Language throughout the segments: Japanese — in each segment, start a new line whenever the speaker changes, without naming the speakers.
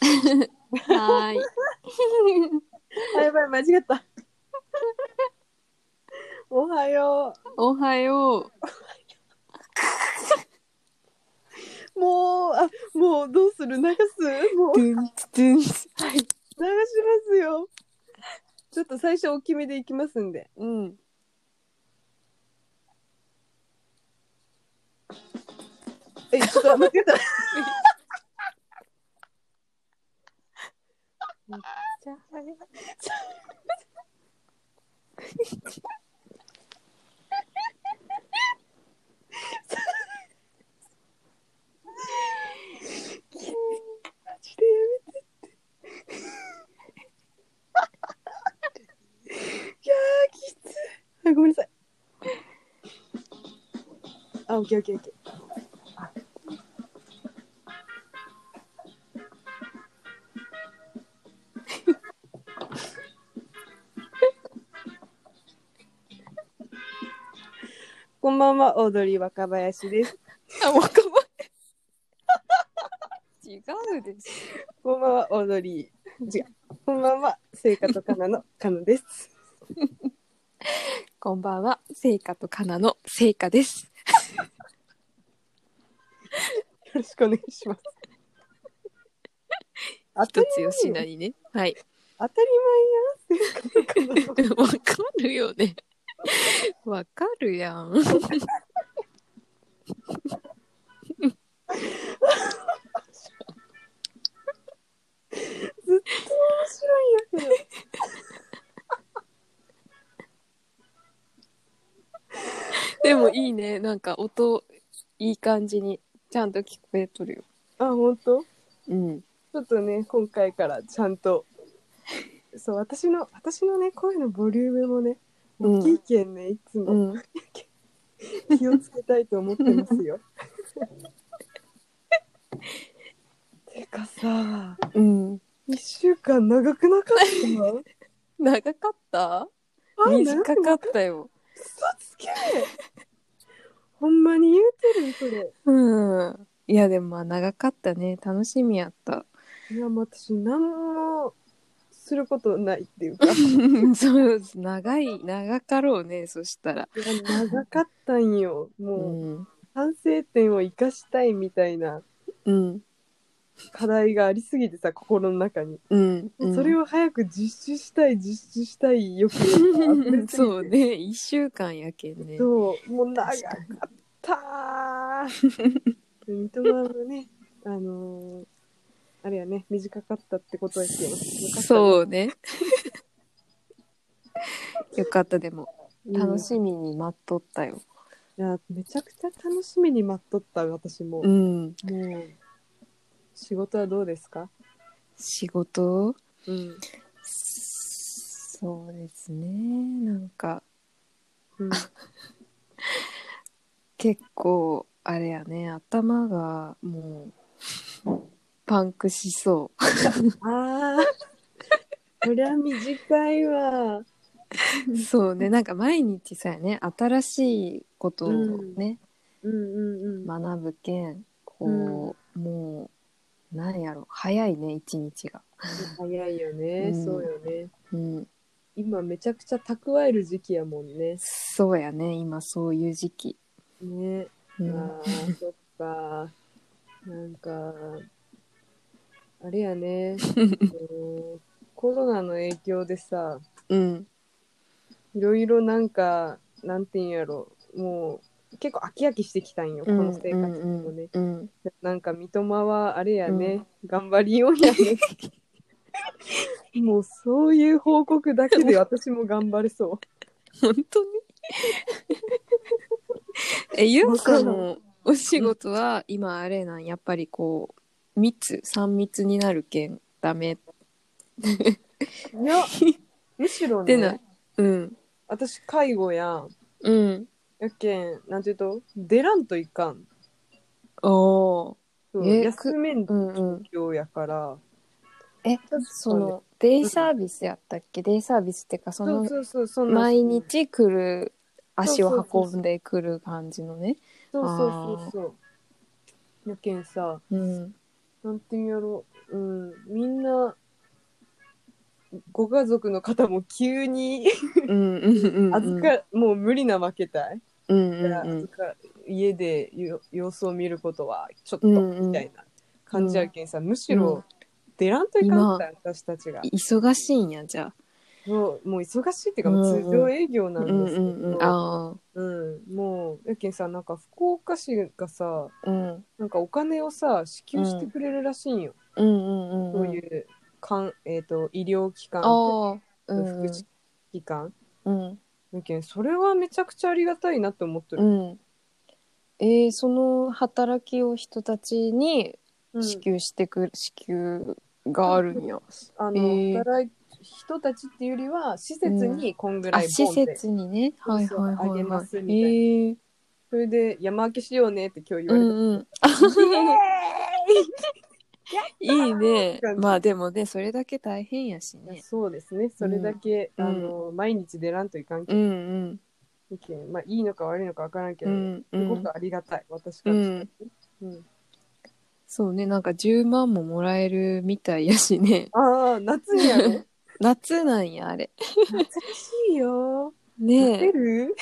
はーい。
あやばい間違った。おはよ
おはよ
う。もうあもうどうする流す？もう
う。
流し
ゥンツドゥンツ。はい。
ますよ。ちょっと最初大きめでいきますんで。
うん。
えちょっと間違った。
じゃあ、はい。
マジでやめてって。いやーきつい。あごめんなさい。あオッケーオッケーオッケー。こんばんは、オードリー若林です。
あ、もうかまえ。 違うです。
こんばんは、オードリー。違う。こんばんは、聖火とかなのかなです。
こんばんは、聖火とかなの聖火です。
よろしくお願いします。あ
一つよしなにね。はい。
当たり 前やん。
わかるよね。 わかるやん。
面白いや
でもいいね。なんか音、いい感じに、ちゃんと聞こえとるよ。
けど。あ、本当。ち
うん。
ょっとね、今回からちゃんと。そう、私の、私のね、声のボリュームもね。
うん
大きいけんね、いつも
うん。
気をつけたいと思ってますよ。てかさ、
うん。
一週間長くなかっ
長かった
た。
短か
っ
っ。たよ。
嘘つけ。ほんまに言うてる、それ。
うん。いや、でもまあ長かったね。楽しみやった。
いや、もう私、何もすることないっていうか、い
そうです。長い、長かろうね。そしたら。
や長かったんよ。
う
もう、
ん。
反省点を生かしたいみたいな
うん。
課題がありすぎてさ、心の中に。
うん。うん
それを早く実施したい、実施したい欲が溢れすぎて
そう。ね。一週間やけんね。
そう、もう長か
確か
っ
に
た ー。三笘がね、あのーあれやね、短かったってことやけんよかったね。
そうね。よかった、でも。
うん
楽しみに待っとったよ。
いや、めちゃくちゃ楽しみに待っとった、私も。
うん。
もう仕事はどうですか？
仕事
うん。
そうですね。なんか、
うん、
結構、あれやね、頭がもう、パンクしそ
ああ、 こりゃ短いわ。
う。そうね。なんか毎日さやね、新しいことをね、
うんうんうん。
学ぶけん、こう、もう、なんやろ、早いね、一日が。
早いよね、
うん
そうよね。
うん。
今めちゃくちゃ蓄える時期やもんね。
そうやね、今そういう時期。
ね。
う
あ
ん、
あ、そっか。なんかあれや ね。うんコロナの影響でさ、
うん、
いろいろなんかなんていうんやろ、もう結構飽き飽きしてきたんよ、この生活にもね。
うん、
なんか三笘はあれやね、頑張りようやね。もうそういう報告だけで私も頑張れそ
本当 にえ、ゆうさん
わ
のお仕事は今あれなん、やっぱりこう、密、三密になるけん、ダメっ
う。 いや、むしろ
てな。
ね、
うん、
私介護やん。
うん。
やけん、なんていうと、出らんといかん。
おー
そう
え
休めん
うんうん。
状況やから。
え、その、デイサービスやったっけデイサービスってか、そ
そ
の
う、そうそう、そんな
毎。日来る、足
そう
を
そうそう
運んでくる感じのね。
そうそうそうそう。やけんさ、
うん。
なんていうんやろう、うん、みんな、ご家族の方も急に
うんうんうんうん
預か、もう無理なわけたい、
うん
だから
うん
預か家でよ様子を見ることはちょっと
うんうん
みたいな感じやけんさ、むしろ出らんといかんかった、私たちが
い忙しいんやじゃあ
もうもう忙しいっていうか、
うんうん
通常営業な
うんん
ですけ
う
ど、
んうんあ
うんもうやけんさなんか福岡市がさ
あうん
なんかお金をさ支給してくれるらしいんよ、
うんうん
そううんい
うん
うかん、えー、と医療機関
ああう
福
ん
祉機関
うん
やけんそれはめちゃくちゃありがたいなと思って
う
る、
んえー、その働きを人たちに
うん
支給してくる、支給があるんや、
あの、
えー
働い人たちっていうよりは施設にこんぐら
あ
い
施
ボンって、
設にね
そう
はい
そう
はいはい
あげ
は
ますみたい
え
な
ー、
それで山分けしようねって今日言
う
われた、
んうんいいね
感じ
まあでもねそれだけ大変やし
いや
ね
そうですねそれだけ、
うん
あの毎日出らんといかんけ、
うんん
いけんまあ、いいのか悪いのか分からんけ
う
ど、
んう
すご
ん
くありがたい私か
う
らしたら
ん
うん
そうねなんか10万ももらえるみたいやしね
ああ夏にやろ
夏なんやあれ
懐かしいよ出
ね
る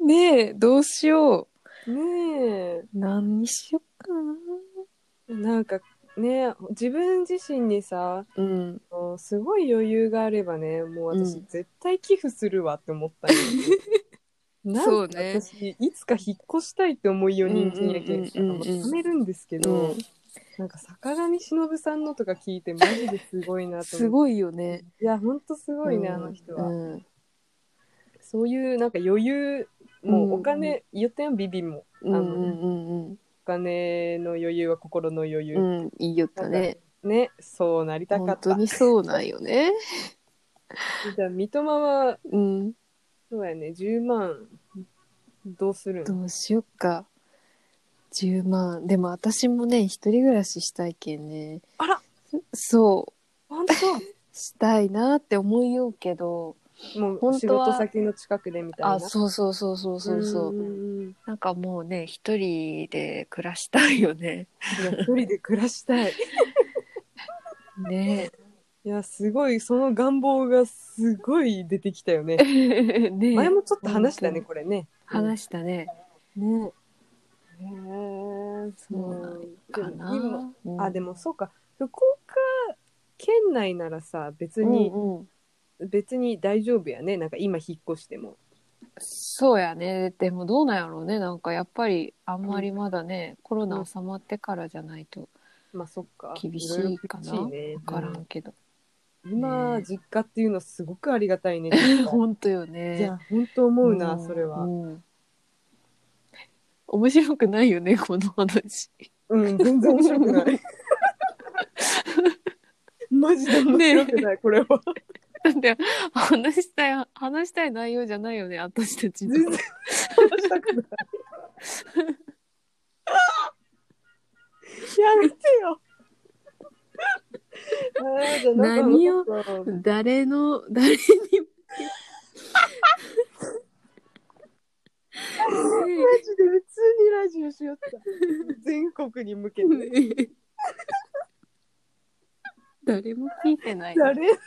えねえどうしよ
ねえ
う何にしよっかな
なんかね自分自身にさ
うん
あのすごい余裕があればねもう
う
私
ん
絶対寄付するわって思ったんよ なんか
そうね
私いつか引っ越したいって思うよ人間やけんさ
うんうんうんうんうん
貯めるんですけ
う
ど
ん
なんか坂上忍さんのとか聞いてマジですごいなと思って
すごいよね
いやほんとすごいねあの人は
うん
そういうなんか余裕もうお金言ったやんビビも
うんうんうんうん
お金の余裕は心の余
う
裕
んいいよったね
ねそうなりたか
本
った
当にそうなんよね
じゃあ三笘は
うん
そうやね10万どうするん
どうしよっか。10万。でも私もね、一人暮らししたいけんね。
あら
そ
本当
う、したいなって思いようけど。
もう
本
仕
当は
事先の近くでみたいな
あ、そうそうそうそうそうそう。
んんん
なんかもうね、一人で暮らしたいよ ね。
いや一人で暮らしたい
ね
いやすごいその願望がすごい出てきたよね
え。ねえ
前もちょっと話したね
本
これね
話したね。
ねへえ
そうなんかな。
でも
うん
今あでもそうか福岡県内ならさ別に、
うんうん
別に大丈夫やねなんか今引っ越しても
そうやね。でもどうなんやろうね。なんかやっぱりあんまりまだね、コロナ収まってからじゃないと
まあそっか
厳しいかな
ろろ厳しいね
分から
うん
んけど。
今
ね
実家っていうのすごくありがたい ね
本当よ
い
ね
や。本当思うな、
ん
それは
ん面白くないよね、この話。
うん全然面白く ないマジで面白くない、これは
だって、話したい、話したい内容じゃないよね、私たちの。
全然話したくないやめてよあーじゃあ
何を
なんかさ
誰の、誰に。
マジで普通にラジオしよった。全国に向けて。
誰も聞いてない。
誰
本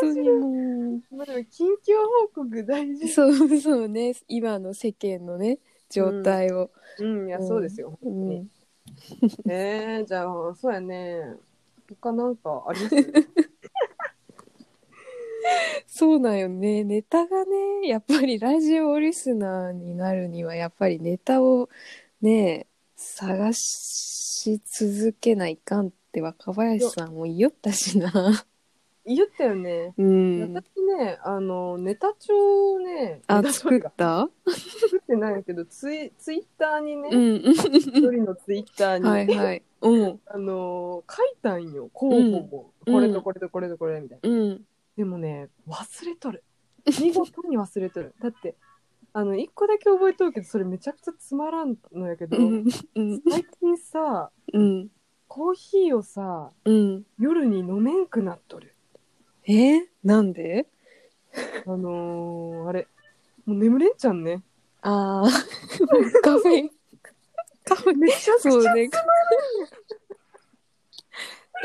当にも
まあでも近況報告大
う。
事。
そうそうね、今の世間のね、状態を。
うん、いや、
うん
そうですよ。
うん
えー、じゃあ、そうやね。他なんかあります
そうなんよね。ネタがね、やっぱりラジオリスナーになるには、やっぱりネタをね、探し続けないかんって若林さんも言いよったしな。
言ったよね。
うん
私。ね、あの、ネタ帳をね、
あ
ネ、タ帳
作っ
が
た
作ってないんやけど、ツイツイッターにね、
うん。う
一人のツイッター
ん
に、
はいはい。うん。
あの、書いたんよ、候補も。
うん
これとこれとこれとこれみたいな。
うん。
でもね忘れとる見事に忘れとるだってあの1個だけ覚えとるけどそれめちゃくちゃつまらんのやけど
うん。うん。
最近さ
うん。
コーヒーをさ
うん。
夜に飲めんくなっとる
えなんで
あのー、あれもう眠れんちゃんね
ああ、カフェイン顔めっちゃ
そう
そうね。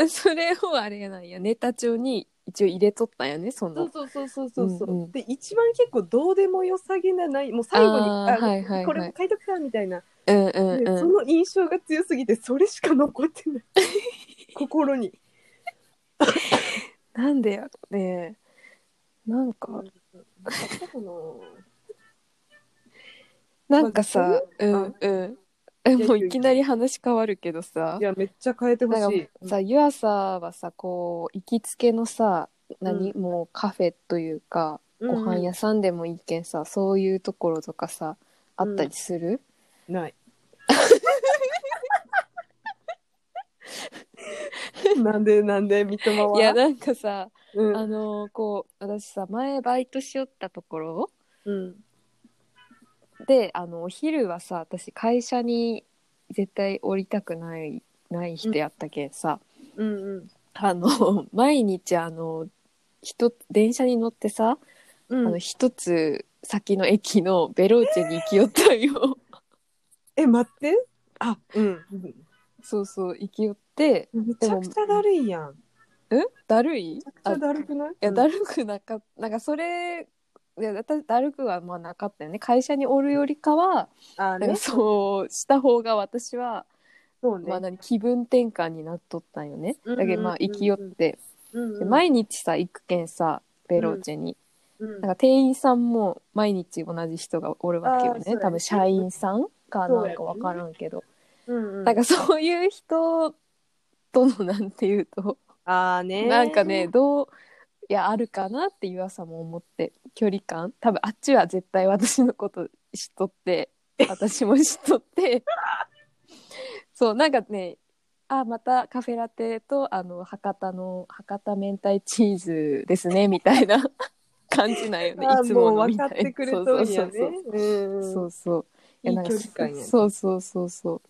それをあれなんや、ネタ帳に一応入れとったんやね、そ
そう
の。
そうそうそうそうそう、
うんうん
で一番結構どうでもよさげなないもう最後に
あーはいはいはい
これも書いとくかみたいな、
うんうん
でそ
うん。
の印象が強すぎてそれしか残って ない心に
なんでやろね。なんか、なんか
まあ
さ、うんうん。え、もういきなり話変わるけどさ
い。やめっちゃ変えてほ
なん
しい
かさ、湯浅はさ、こう、行きつけのさ、何、もうカフェというか、ご飯屋さんでもいいけんさ、そういうところとかさ、あったりする、
ない なんでなんで三笘はい
や、なんかさ、
うん
あのーこう私さ前バイトしよったところ
うん
であのお昼はさ私会社に絶対降りたくないない人やったけんさ、
うんうん
あの毎日あの一つ電車に乗ってさ、
うん
あの一つ先の駅のベローチェに行きよったんよ
え待ってあうん
そうそう行きよって
めちゃくちゃだるいやん
うんだるい
めちゃくちゃだるくないい
いや、だるくなかっなんかそれ、いや、だただるくはまあなかったよね。会社におるよりかは、
あ
なん
ね
かそうした方が私は、
そうね
まあ何、気分転換になっとったんよね。
うん
だけどまあ、
うん
行き寄って、
うん
で毎日さ、行くけんさ、ベローチェに。
うん
なんか店員さんも毎日同じ人がおるわけよ
あーそう
ね。
やね
多分社員さんか
そ
な
うやね
んかわからんけど。
うんうん
なんかそういう人とのなんていうと、
あーね
なんかねどういやあるかなっていう朝も思って距離感多分あっちは絶対私のこと知っと って私も知っとってそうなんかねあまたカフェラテとあの博多の博多明太チーズですねみたい な感じなんよね
あ
い
ー
つ
も
も
う
の
分
みた
か
い
ってくれ
そう
と
そ
る
うんそ
や
うそうそううんそう。
ねうんいい
なんか
距離感やね
そうそうそうそう。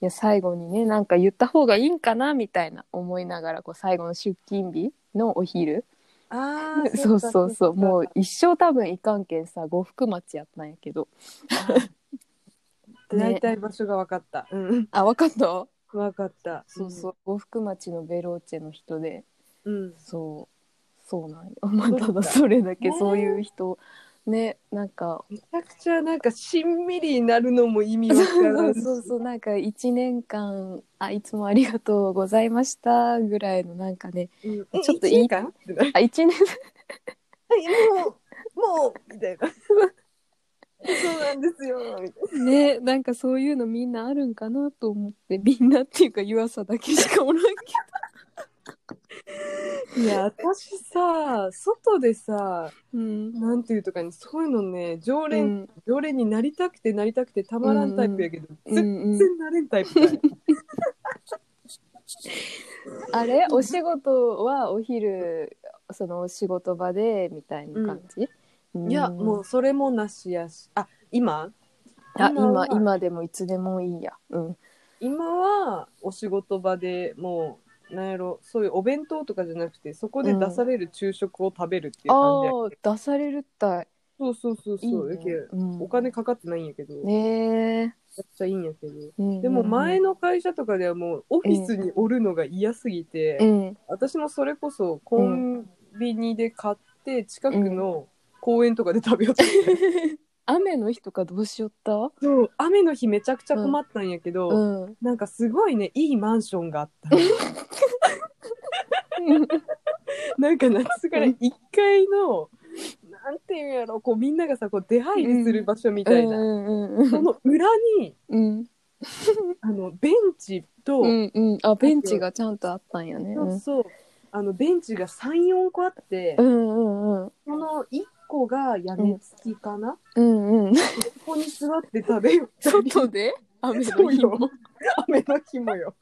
いや最後にねなんか言った方がいいんかなみたいな思いながらこう最後の出勤日のお昼
あー
そう
か
そうそう
か
もう一生多分いかんけんさ呉服町やったんやけどね
大体場所が分かったうん
あわかった
分かった
そうそう呉服町のベローチェの人で
うん
そうそうなんよまあた
そうだ
だそれだけ
ね
そういう人ねなんか
めちゃくちゃなんかしんみりになるのも意味わから
そ
ん
うそうそうなんか1年間あいつもありがとうございましたぐらいのなんかね
うん
え
え
ちょっといい
一年間ってなる
あ、一年、
はいもうもうみたい なそうなんですよみたい
ね、なんかそういうのみんなあるんかなと思って、みんなっていうか湯浅だけしかおらんけ
ないや私さ外でさ
ど。うん。
なんていうとかにそういうのね常
う
連、
ん、
常連になりたくてなりたくてたまらんタイプやけど、
う
全
ん、うん。
然なれんタイプだよ、
あれお仕事はお昼、そのお仕事場で、みたいな感じ、
いやもう
う
それもなしやしあ今
ん。あ、
今は
今、今でもいつでもいいや。うん。
今はお仕事場でもうなんやろそういうお弁当とかじゃなくてそこで出される昼食を食べるっていう
あ
感じや、
あ、出されるったい。
そうそうそう
いい
そう
ね
やけ
うん、
お金かかってないんやけど、め
ね
ちゃくちゃいいんやけど
え、うん
でも前、の会社とかではもうオフィスにおるのが嫌すぎて、
うん。
私もそれこそコンビニで買って近くの公園とかで食 べようと思って、
雨の日とかどうしよった
そう雨の日めちゃくちゃ困ったんやけど、
うん。
なんかすごいねいいマンションがあった なんか夏から1階のなんていうんやろこうみんながさこう出入りする場所みたいな、
うんうんうん
その裏に
うん。
あのベンチと、
うんうん、あベンチがちゃんとあったんやね。う
そうんそうあのベンチが34個あって、
うんうん
その1個が屋根付きかな、
うんうん。
そこに座って食べよう
外 で雨の日
そう
も。
雨の日もよ。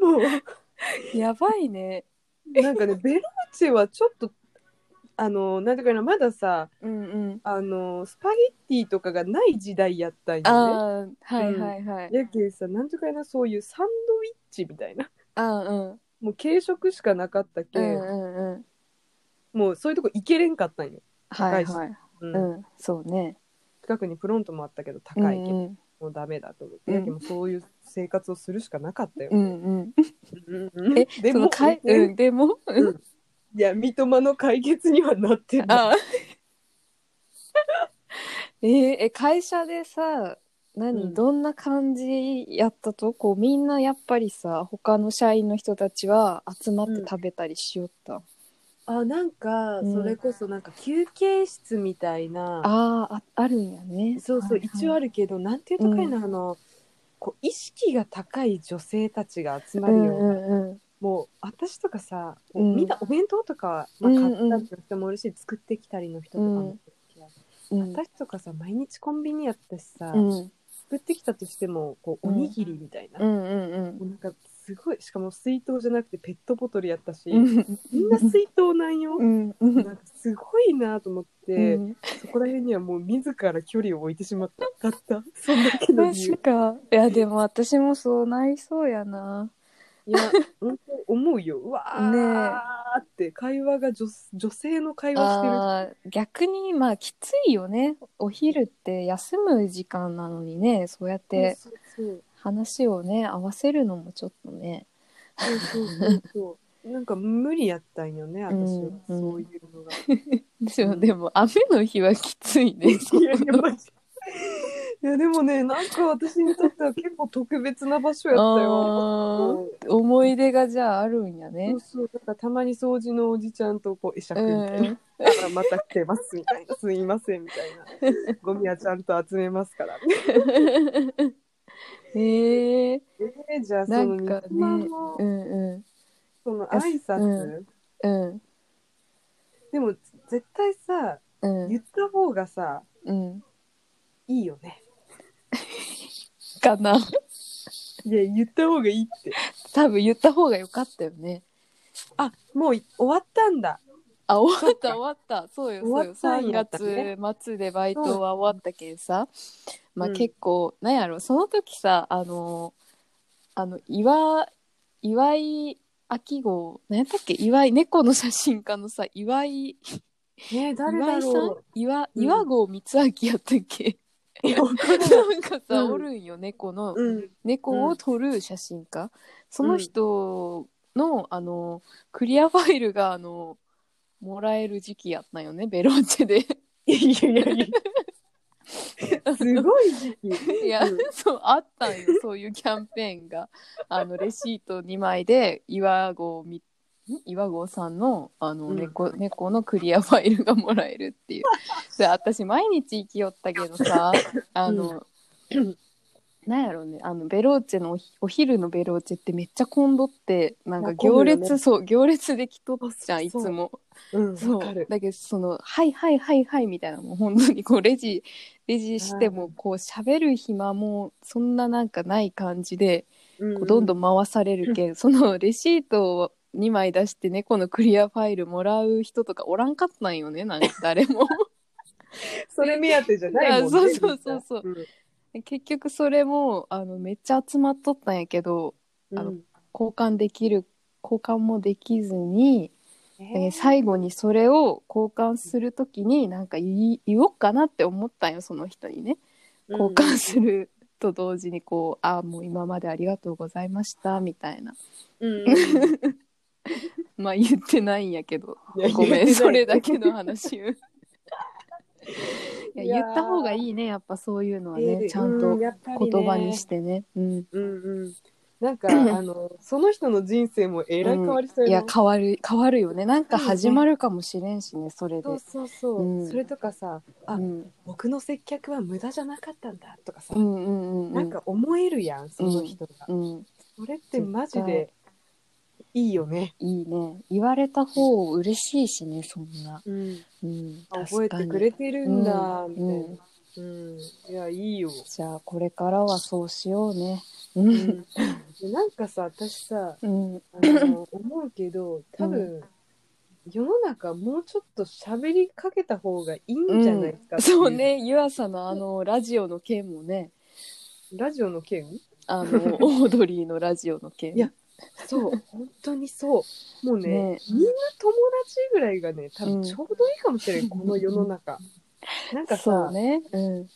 もう、
やばいね。
なんかね、ベローチェはちょっと、あの、なんていうかな、まださ、
うんうん。
あの、スパゲッティとかがない時代やったんよね。
ああはいはいはい。
やけんさ、なんていうかな、そういうサンドイッチみたいな。
あーうん
もう軽食しかなかったけ、
うんうんうん。
もうそういうとこ行けれんかったんよ。
はい
高
はい。
うん
うんそうね。
近くにプロントもあったけど、
うん
高いけ、ん
うん
もうダメだと思って、だけどもうそういう生活をするしかなかったよ。
うんうん。
え
え、そのかい、うん、でも、うん
うんいや三笘の解決にはなってない。
あ えーえ会社でさ何、
うん
どんな感じやったとこうみんなやっぱりさ他の社員の人たちは集まって食べたりしよった、
あなんか
うん
それこそなんか休憩室みたいな、
あーああるんやね
そうそう一応
あ
あるけどなんていうとかいな、あのこう意識が高い女性たちが集まるような、
うんうんうん
もう私とかさ、
うん
みんなお弁当とか、ま
う
あ、
んうん
買ったって人もおるし、作ってきたりの人とかもいるし、
うん
私とかさ毎日コンビニやったしさ、
うん
作ってきたとしてもこうお
うん
にぎりみたいな,、
う
も
んうん
うなんかすごいしかも水筒じゃなくてペットボトルやったし、
うん
みんな水筒なんよ、
うんうん
なんかすごいなと思って、
うん
そこら辺にはもう自ら距離を置いてしまったたったそんだけの理由
確かいやでも私もそうなりそうやない
や本当思うようわー、って会話が女女性の会話してる
あー逆にまあきついよねお昼って休む時間なのにねそうやって
そうそう
話をね合わせるのもちょっとね
そうそうそうそう なんか無理やったんよね私
う
は、
ん
そういうのが。
で
う
も
ん
でも雨の日はきついね
いやいやマジいやでもねなんか私にとっては結構特別な場所やった
あ
よ。そう
ー思い出がじゃああるんやね
そうそうだからたまに掃除のおじちゃんとこう会釈みたいな
うん
「だからまた来てます」み たいな「すいません」みたいな「ゴミはちゃんと集めますから」みたい
へえ
なえーじゃあそ
な
の
んかね
三笘の
うんう
その挨拶、
うんんうん
でも絶対さ
うん
言った方がさ
うん
いいよね。
かない
や言った方がいいって。
多分言った方が良かったよね
あもう終わったんだ。
あ終わった終わったそうよそう
終わ
よ
ったん
3
やったね
月末でバイトは終わったけんさ、まあ
うん
結構、なんやろその時さあのあの岩岩井明吾何やったっけ岩井猫の写真家のさ岩井
ねえ誰
岩
だ
井さん
ろ
岩
うん
岩合光明やったっけ、
う。いやわかんない
なんかさ、
うん
おるんよ猫の、
うん
猫を撮る写真家、その人の,、あのクリアファイルがあのもらえる時期やったんよねベロンチェで。
いやいやいや。すごい時 期。
いや、
うん
そうあった んよそういうキャンペーンがあのレシート2枚で岩合みん岩合さんのあの
うん
猫,、猫のクリアファイルがもらえる っていうで私毎日生きよったけどさあの、なんやろうねあのベローチェのおひお昼のベローチェってめっちゃ混んどってなんか
まあ
行
混むよね
列、そう行列できとっちゃんいつ
そう
も
うん、
そ
わか
う
る。
だけどその「はいはいはいはい」みたいなもう本当にこうレジレジしてもこう喋る暇もそんななんかない感じでこうどんど
ん。
ん回されるけんそのレシートを2枚出して猫のクリアファイルもらう人とかおらんかったんよねなんか誰も
それ目当てじゃないもん ね。
あそうそうそうそう
うん。
結局それもあのめっちゃ集まっとったんやけどあの交換できる交換もできずにえー最後にそれを交換するときになんか言い言おうかなって思ったんよその人にね交換すると同時にこう「ああもう今までありがとうございました」みたいな
うん。 うん
まあ言ってないんやけど
いや
ごめ
言ってなんい
それだけの話いや
いやー
言った方がいいねやっぱそういうのはね、
えー
ちゃん
う
と
やっぱりね
言葉にしてねうん
うんうん。な んか、あの、その人の人生もえらい変わりそう
い
や
や
な。
変わる変わるよねなんか始まるかもしれんしねそれで
そうそうそう、
うん
それとかさ
う
うん僕の接客は無駄じゃなかったんだとかさ、
うんうんうんう
なんか思えるやんその人が、
うん
それってマジでいいよね、
いいね言われた方嬉しいしねそんな、
うん、
うん、
覚えてく
る
れてるんだみたい
う
な、
んうん
うん、いやいいよ、
じゃあこれからはそうしようねう
うんん、なんかさ私さ
うん
あの思うけど多分、世の中もうちょっと喋りかけた方がいいんじゃないかってい
そうね湯浅のあのラジオの件もね
ラジオの件
あ のオードリーのラジオの件
いやそう本当にそうもうね
ね
みんな友達ぐらいがね多
う
分
ん
ちょうどいいかもしれない、この世の中なんか
そ
さ
うねうん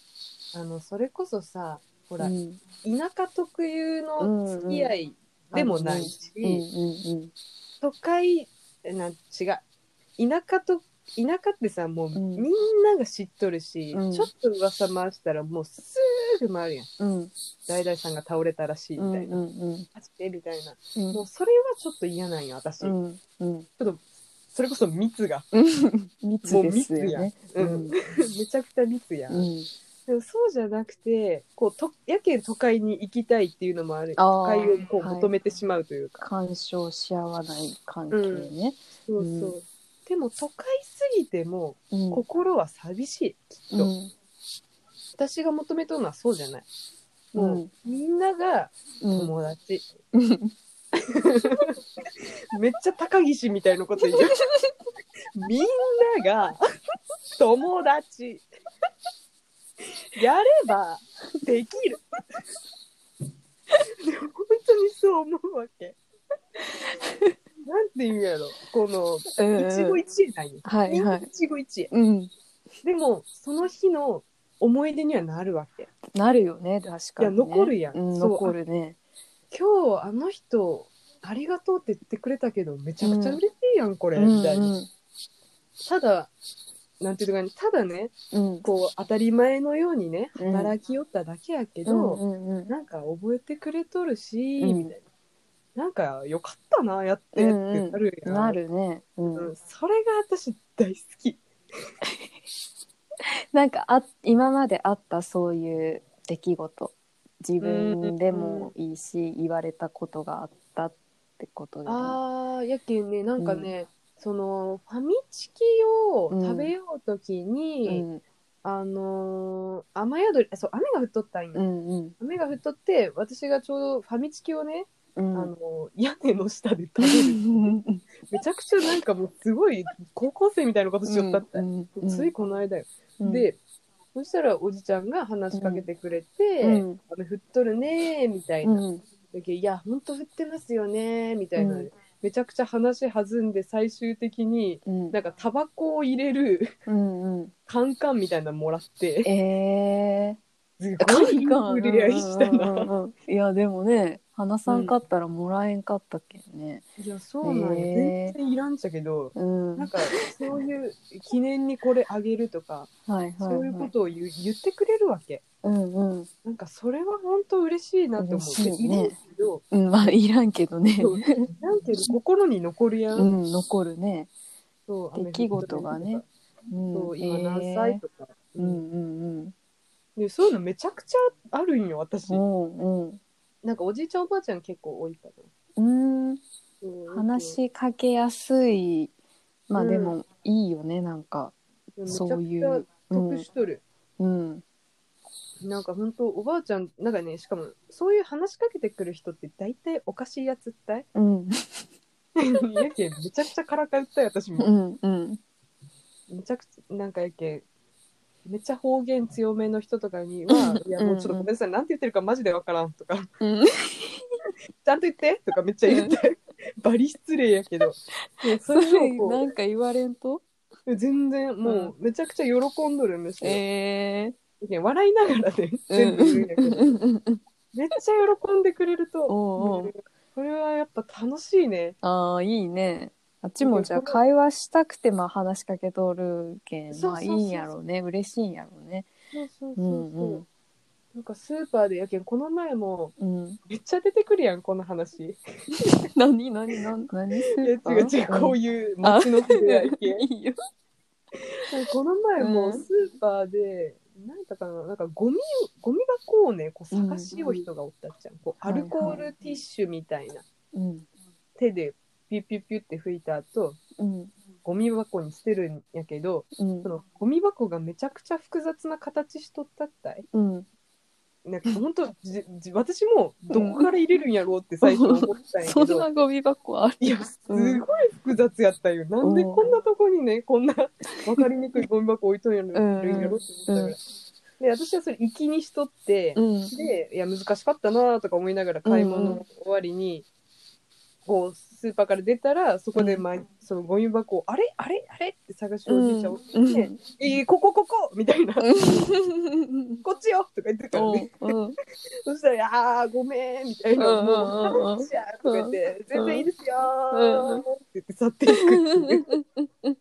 あのそれこそさほら、
うん
田舎特有の付き合いでもないし、
うんうん
都会なん違う田舎と田舎ってさもうみ
ん
んなが知っとるし、
うん
ちょっと噂回したらもうすぐ回るやん
うん
大々さんが倒れたらしい
うん
み
う
た
ん
いな、マジでみたいな
うん
もうそれはちょっと嫌なんよ私、
うんうん
ちょっとそれこそ密が、
密ですよね
う
うん
めちゃくちゃ密やん、
うん
でもそうじゃなくてこうとやけん都会に行きたいっていうのもある
あー
都会をこう
はい
求めてしまうというか、
干渉し合わない関係ね
そうそう、でも都会すぎても
うん
心は寂しいきっ
う
と、
ん
私が求めとるのはそうじゃないもう、
うん
みんなが
うん
友達、
うん
めっちゃ高岸みたいなこと言うみんなが友達やればできるでも本当にそう思うわけなんていうんやろこの一期一会なんよ、
はい
みんな
はい
一期一会
うん
でもその日の思い出にはなるわけ
なるよね確かにね
いや残るやん
う
そう
残るね
今日あの人ありがとうって言ってくれたけどめちゃくちゃ嬉しいやん、これ、みたいな
う
ただなんていうかねただね
ん
こう当たり前のようにね
うん
働きよっただけやけ
う
ど、
んうん
なんか覚えてくれとるし、
うん
みたいななんかよかったなやってって
うんうん
なるやん、
なるねう
うんんそれが私大好き
なんかあ今まであったそういう出来事自分でもいいし、言われたことがあったってことで、
あーやけんねなん
かね、
そのファミチキを
食べ
ようときに
うん
あのー雨宿りあそう雨が降っとったんよ、
うんうん
雨が降っとって私がちょうどファミチキをね、
う
あ
ん
のー屋根の下で食 べるめちゃくちゃなんかもうすごい高校生みたいなことしよったって、
うんうん
ついこの間よ、
うん
でそしたらおじちゃんが話しかけてくれて「
うん
雨降っとるね」みたいな
う、ん
だけどいやほんと降ってますよね」みたいな、
うん
めちゃくちゃ話弾んで最終的に
うん
なんかタバコを入れる
うんうん
カンカンみたいなのもらって。
え
す
ー、
ごい
か
触れ合いした
うんうん
な。
うんうんいやでもね話さんかったらもらえんかったけんね
いや、そうなんや。
へー
全然いらんちゃけど、
うん、
なんか、そういう記念にこれあげるとか、
はいはい、はい、
そういうことを言う言ってくれるわけ。
うんうん
なんか、それは本当嬉しいなと思う。
嬉しいね
いるけど、
うんまあいらんけどね
そうなんていうの、心に残るやん。
うん残るね
そう
出来事がね。うん
そう、今
え
何
ー
歳とか。
う
うん
んうんうん
でそういうのめちゃくちゃあるんよ、私。
うんうん
なんか、おじいちゃんおばあちゃん結構多いから。
うーん
そう
話しかけやすいまあ
うん
でもいいよねなんか
めちゃ
そう
く
い
ちゃ
ううん
得しとる。
うん
なんか本当おばあちゃんなんかねしかもそういう話しかけてくる人って大体おかしいやつったい
うん
やけんめちゃくちゃからかうったい私
う
も
んうん
めちゃくちゃなんかやけんめっちゃ方言強めの人とかには「いやもうちょっとごめんなさいなんて言ってるかマジでわからん」とか 「
うん
ちゃんと言って」とかめっちゃ言ったい バリ失礼やけどで
そ
そ
れ
れを
な
こ
んか言われんと
う全然もうめちゃくちゃ喜んどるんですけ
え
ど、やけん笑いながらね
え
全部言うんやけど、
うん
めっちゃ喜んでくれる
お
と
うおう
うんこれはやっぱ楽しいね
ああいいねあっちもじゃあ会話したくてまあ話しかけとるけん
そう
ま
そう
あ
そ
いうい
そうん
やろうね嬉しいんやろうね
そうそう
う
そうそ
んう
う、
ん
なんかスーパーでやけんこの前も
うん
めっちゃ出てくるやんこの話
何何何何ス
いや違
ーパー
う違うこういう街の触れ合い系
うんいいよ
この前も
うん
スーパーで、なんだかななんかゴミゴミ箱をねこう探しよう人がおったじゃん、こうアルコールティッシュみたいな、
うん
手でピュッピュッピュッって拭いた後
うん
ゴミ箱に捨てるんやけど
うん
そのゴミ箱がめちゃくちゃ複雑な形しとったったい
うん
なんか本当じじ私もどこから入れるんやろうって最初思ったんやけ
そ
ど、
んなゴミ箱ある
いや、すご
う
い
ん
複雑やったよ。なんでこんなとこにね、こんな分かりにくいゴミ箱置いとんやろ、
うん
いるんやろって思ったから。で、私はそれ、粋にしとって、
うん
で、いや、難しかったなとか思いながら買い物終わりに、こうスーパーから出たらそこで、
うん
まそのゴミ箱をあれあれあれって探して
う
お
ん
じいちゃんを
う
ね
ん
「いいここここ!」みたいな「
うん
こっちよ!」とか言ってたらね
うん
そしたら「ああごめん」みたいな「
うんうんうんうん
もう食べちゃう」とか言って「
うん
全然いいですよ
うん
ー」って言って去っていくっていう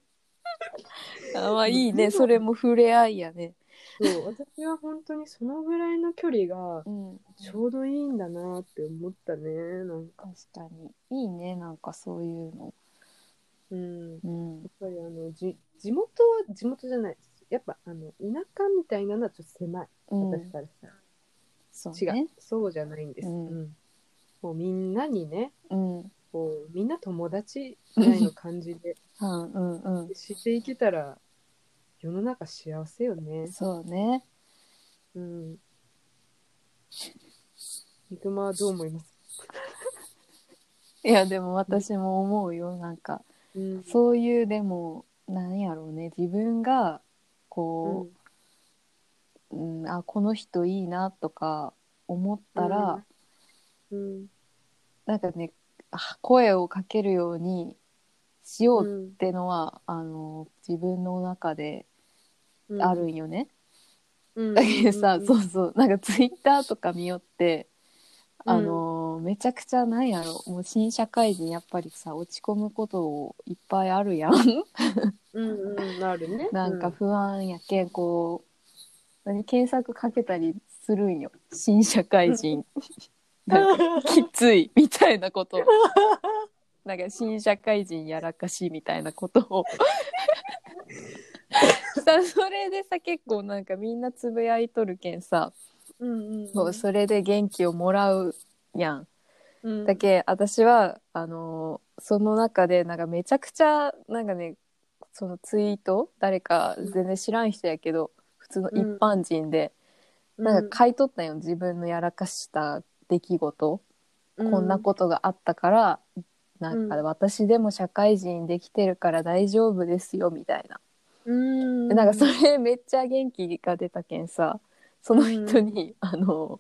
あまあいいねそれも触れ合いやね。
そう私は本当にそのぐらいの距離が
うん、
ちょうどいいんだなって思ったねなんか
確かにいいねなんかそういうの。
うん
うん
やっぱりあのじ地元は地元じゃないですやっぱあの田舎みたいなのはちょっと狭い私からしたら、
そう
違う、
ね。
そうじゃないんです、
うん
うんもうみんなにね
うん。は
こうみんな友 達ぐらいの感じで
んうんうん。
知っていけたら世の中幸せよね
そうね。
うん肉まはどう思います
いやでも私も思うよなんか
うん
そういうでもなんやろうね自分がこう、うんあこの人いいなとか思ったら、
うん
なんかねあ声をかけるようにしよう
うん
ってのは、あの自分の中で
うん
あるんよね。
うん
だけどさ、
うん
そうそうなんかツイッターとか見よってあのーめちゃくちゃなんやろもう新社会人やっぱりさ落ち込むことをいっぱいあるやん
うんうんあるね
なんか不安やけんこう何検索かけたりするんよ新社会 人なんかきついみたいなことをなんか新社会人やらかしみたいなことを さそれでさ結構なんかみんなつぶやいとるけんさ
うんうん
そうそれで元気をもらうやん
うん
だけ私はあのーその中でなんかめちゃくちゃなんかねそのツイート誰か全然知らん人やけど普通の一般人で、なんか買い取ったんよ自分のやらかした出来事、
うん
こんなことがあったからなんか
う
私でも社会人できてるから大丈夫ですよみたいな、
うん
でなんかそれめっちゃ元気が出たけんさその人に、あの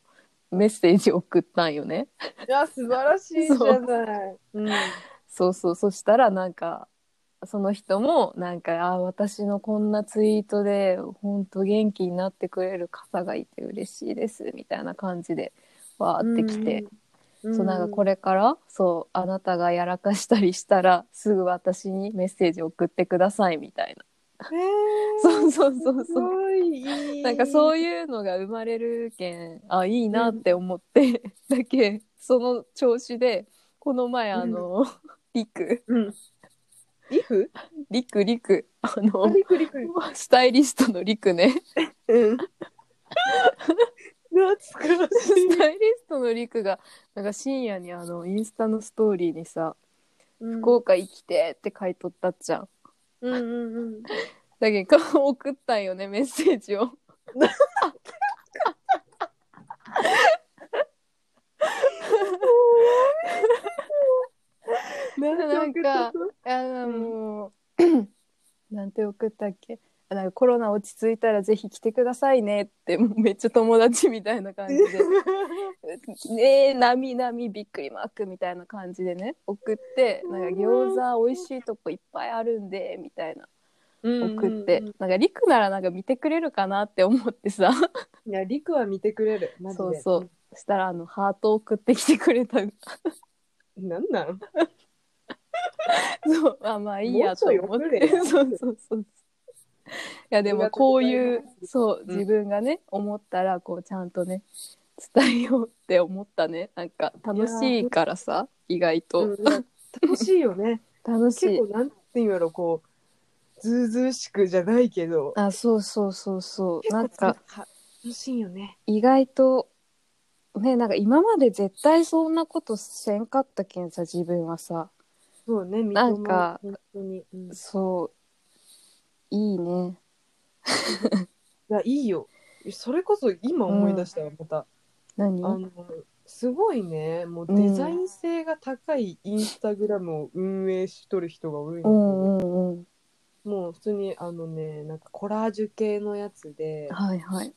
メッセージ送ったんよね。
いや素晴らしいじゃない。うん
そうそうそしたらなんかその人もなんかあー私のこんなツイートで本当元気になってくれる方がいて嬉しいですみたいな感じでわーってきて、、そうなんかこ
れ
れからそうあなたがやらかしたりしたら すぐ私にメッセージ送ってくださいみたいな、そうそうそうそう
う。
なんかそう
いう
いうのが生まれるけんあいいなって思って、だけその調子でこの前あの、 リク
うん。リフ？
リクリクあの。
あリフリフ。
スタイリストのリクね。
うん。懐かしい。
スタイリストのリクが、なんか深夜にあの、インスタのストーリーにさ、福
う
岡生きてって書いとったっちゃん。
んうんうん。
だけど、送ったんよね、メッセージを。
なんて
なんか
送っ
あの、もう、 なんて送ったっけあなんかコロナ落ち着いたらぜひ来てくださいねって、もうめっちゃ友達みたいな感 じで。ねえ、なみなみびっくりマークみたいな感じでね、送って、なんか餃子美味しいとこいっぱいあるんで、みたいな。
た
送って、
うんうん
なんかリクならなんか見てくれるかなって思ってさ
いやリクは見てくれる。マジで
そうそう。そしたらあのハート送ってきてくれた
なんなん？
そうまあまあいいやと思っ
もうちょい
て
送れや
そうそうそういやでもこういうそう
うん
自分がね、思ったらこうちゃんとね伝えようって思ったねなんか楽しいからさ意外と、
うん楽しいよね。
楽し
結
い
構なんて言うんやろこうずうずうしくじゃないけど。
あそうそうそうそうなんか
楽しいよね。
意外とねなんか今まで絶対そんなことせんかったけんさ自分はさ
そうね、
なんか
三笘も本当に、うん、い
そう。いいね。
やいいよ。それこそ今思い出したわ、また。
何
あのすごいね、もうデザイン性が高いインスタグラムを運営しとる人が多いんです
う
よ
んうんうん。
もう普通にあのね、なんかコラージュ系のやつで、
はいはい。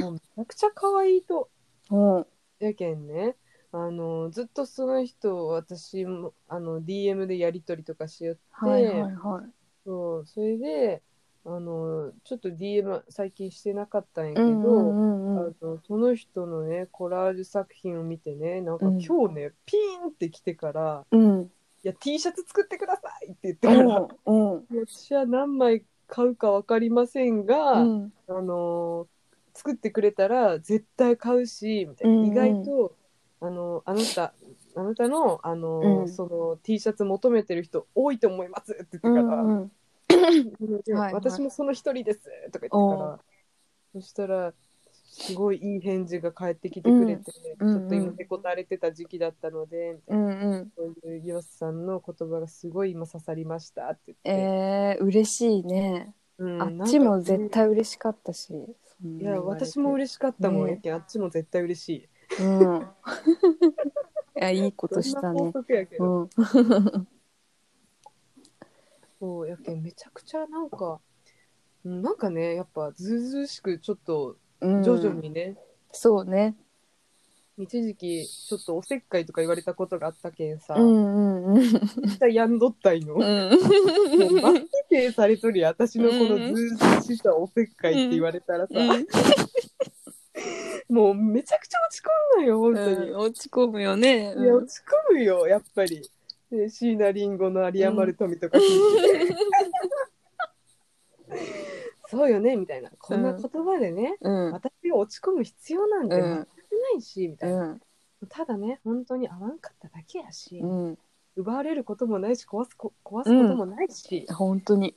もうめちゃくちゃ可愛いと。
うん。
やけんね、あのずっとその人を私もあの DM でやり取りとかしよって、
はいはいはい。
そうそれであのちょっと DM 最近してなかったんやけ
う
ど、
んうんうんうん。
あのその人のねコラージュ作品を見てねなんか
うん
今日ね、ピーンって来てから
うん
「いや T シャツ作ってください」って言って
う
から、
んうん
私は何枚買うか分かりません
う
が、
ん
あのー作ってくれたら絶対買うしみたいな、
うんうん
意外とあのあなたあなたの、あのー
うん
その T シャツ求めてる人多いと思いますって言って
う
から、
んうん。
で
はいはい
私もその一人ですとか言ってからそしたらすごいいい返事が返ってきてくれて、
うん
ちょっと今へこたれてた時期だったので、
うんうん。
そういうヨスさんの言葉がすごい今刺さりましたって言って、
えー、嬉しいね。
うん
あっちも絶対嬉しかったし。そん
い
な
や
言われて
私も嬉しかったもん、
ね
やけんあっちも絶対嬉しい。
うん。 いや、いいことした
どんな
ね。
法則やけ
う
ど、
ん。
そうやけんめちゃくちゃなんかうんなんかねやっぱずうずうしくちょっと
うん
徐々。にね、
そうね。
一時期ちょっとおせっかいとか言われたことがあったけんさ、
うんうんう ん。
絶対やんどったいの。も
う
うマジでされとるやん私のこのずうずうしさおせっかいって言われたらさ、
ん。
もうめちゃくちゃ落ち込んだよ本当に。
落ち込むよね。
いや落ち込むよやっぱり。で椎名林檎の有り余る富とか聞いて、 そうよねみたいなこんな言葉でね、
うん。
私が落ち込む必要なんて
う
全
ん
くないし、みたいな
うん。
ただね本当に合わんかっただけやし、
うん。
奪われることもないし壊すこ壊すこともないし、
本当に。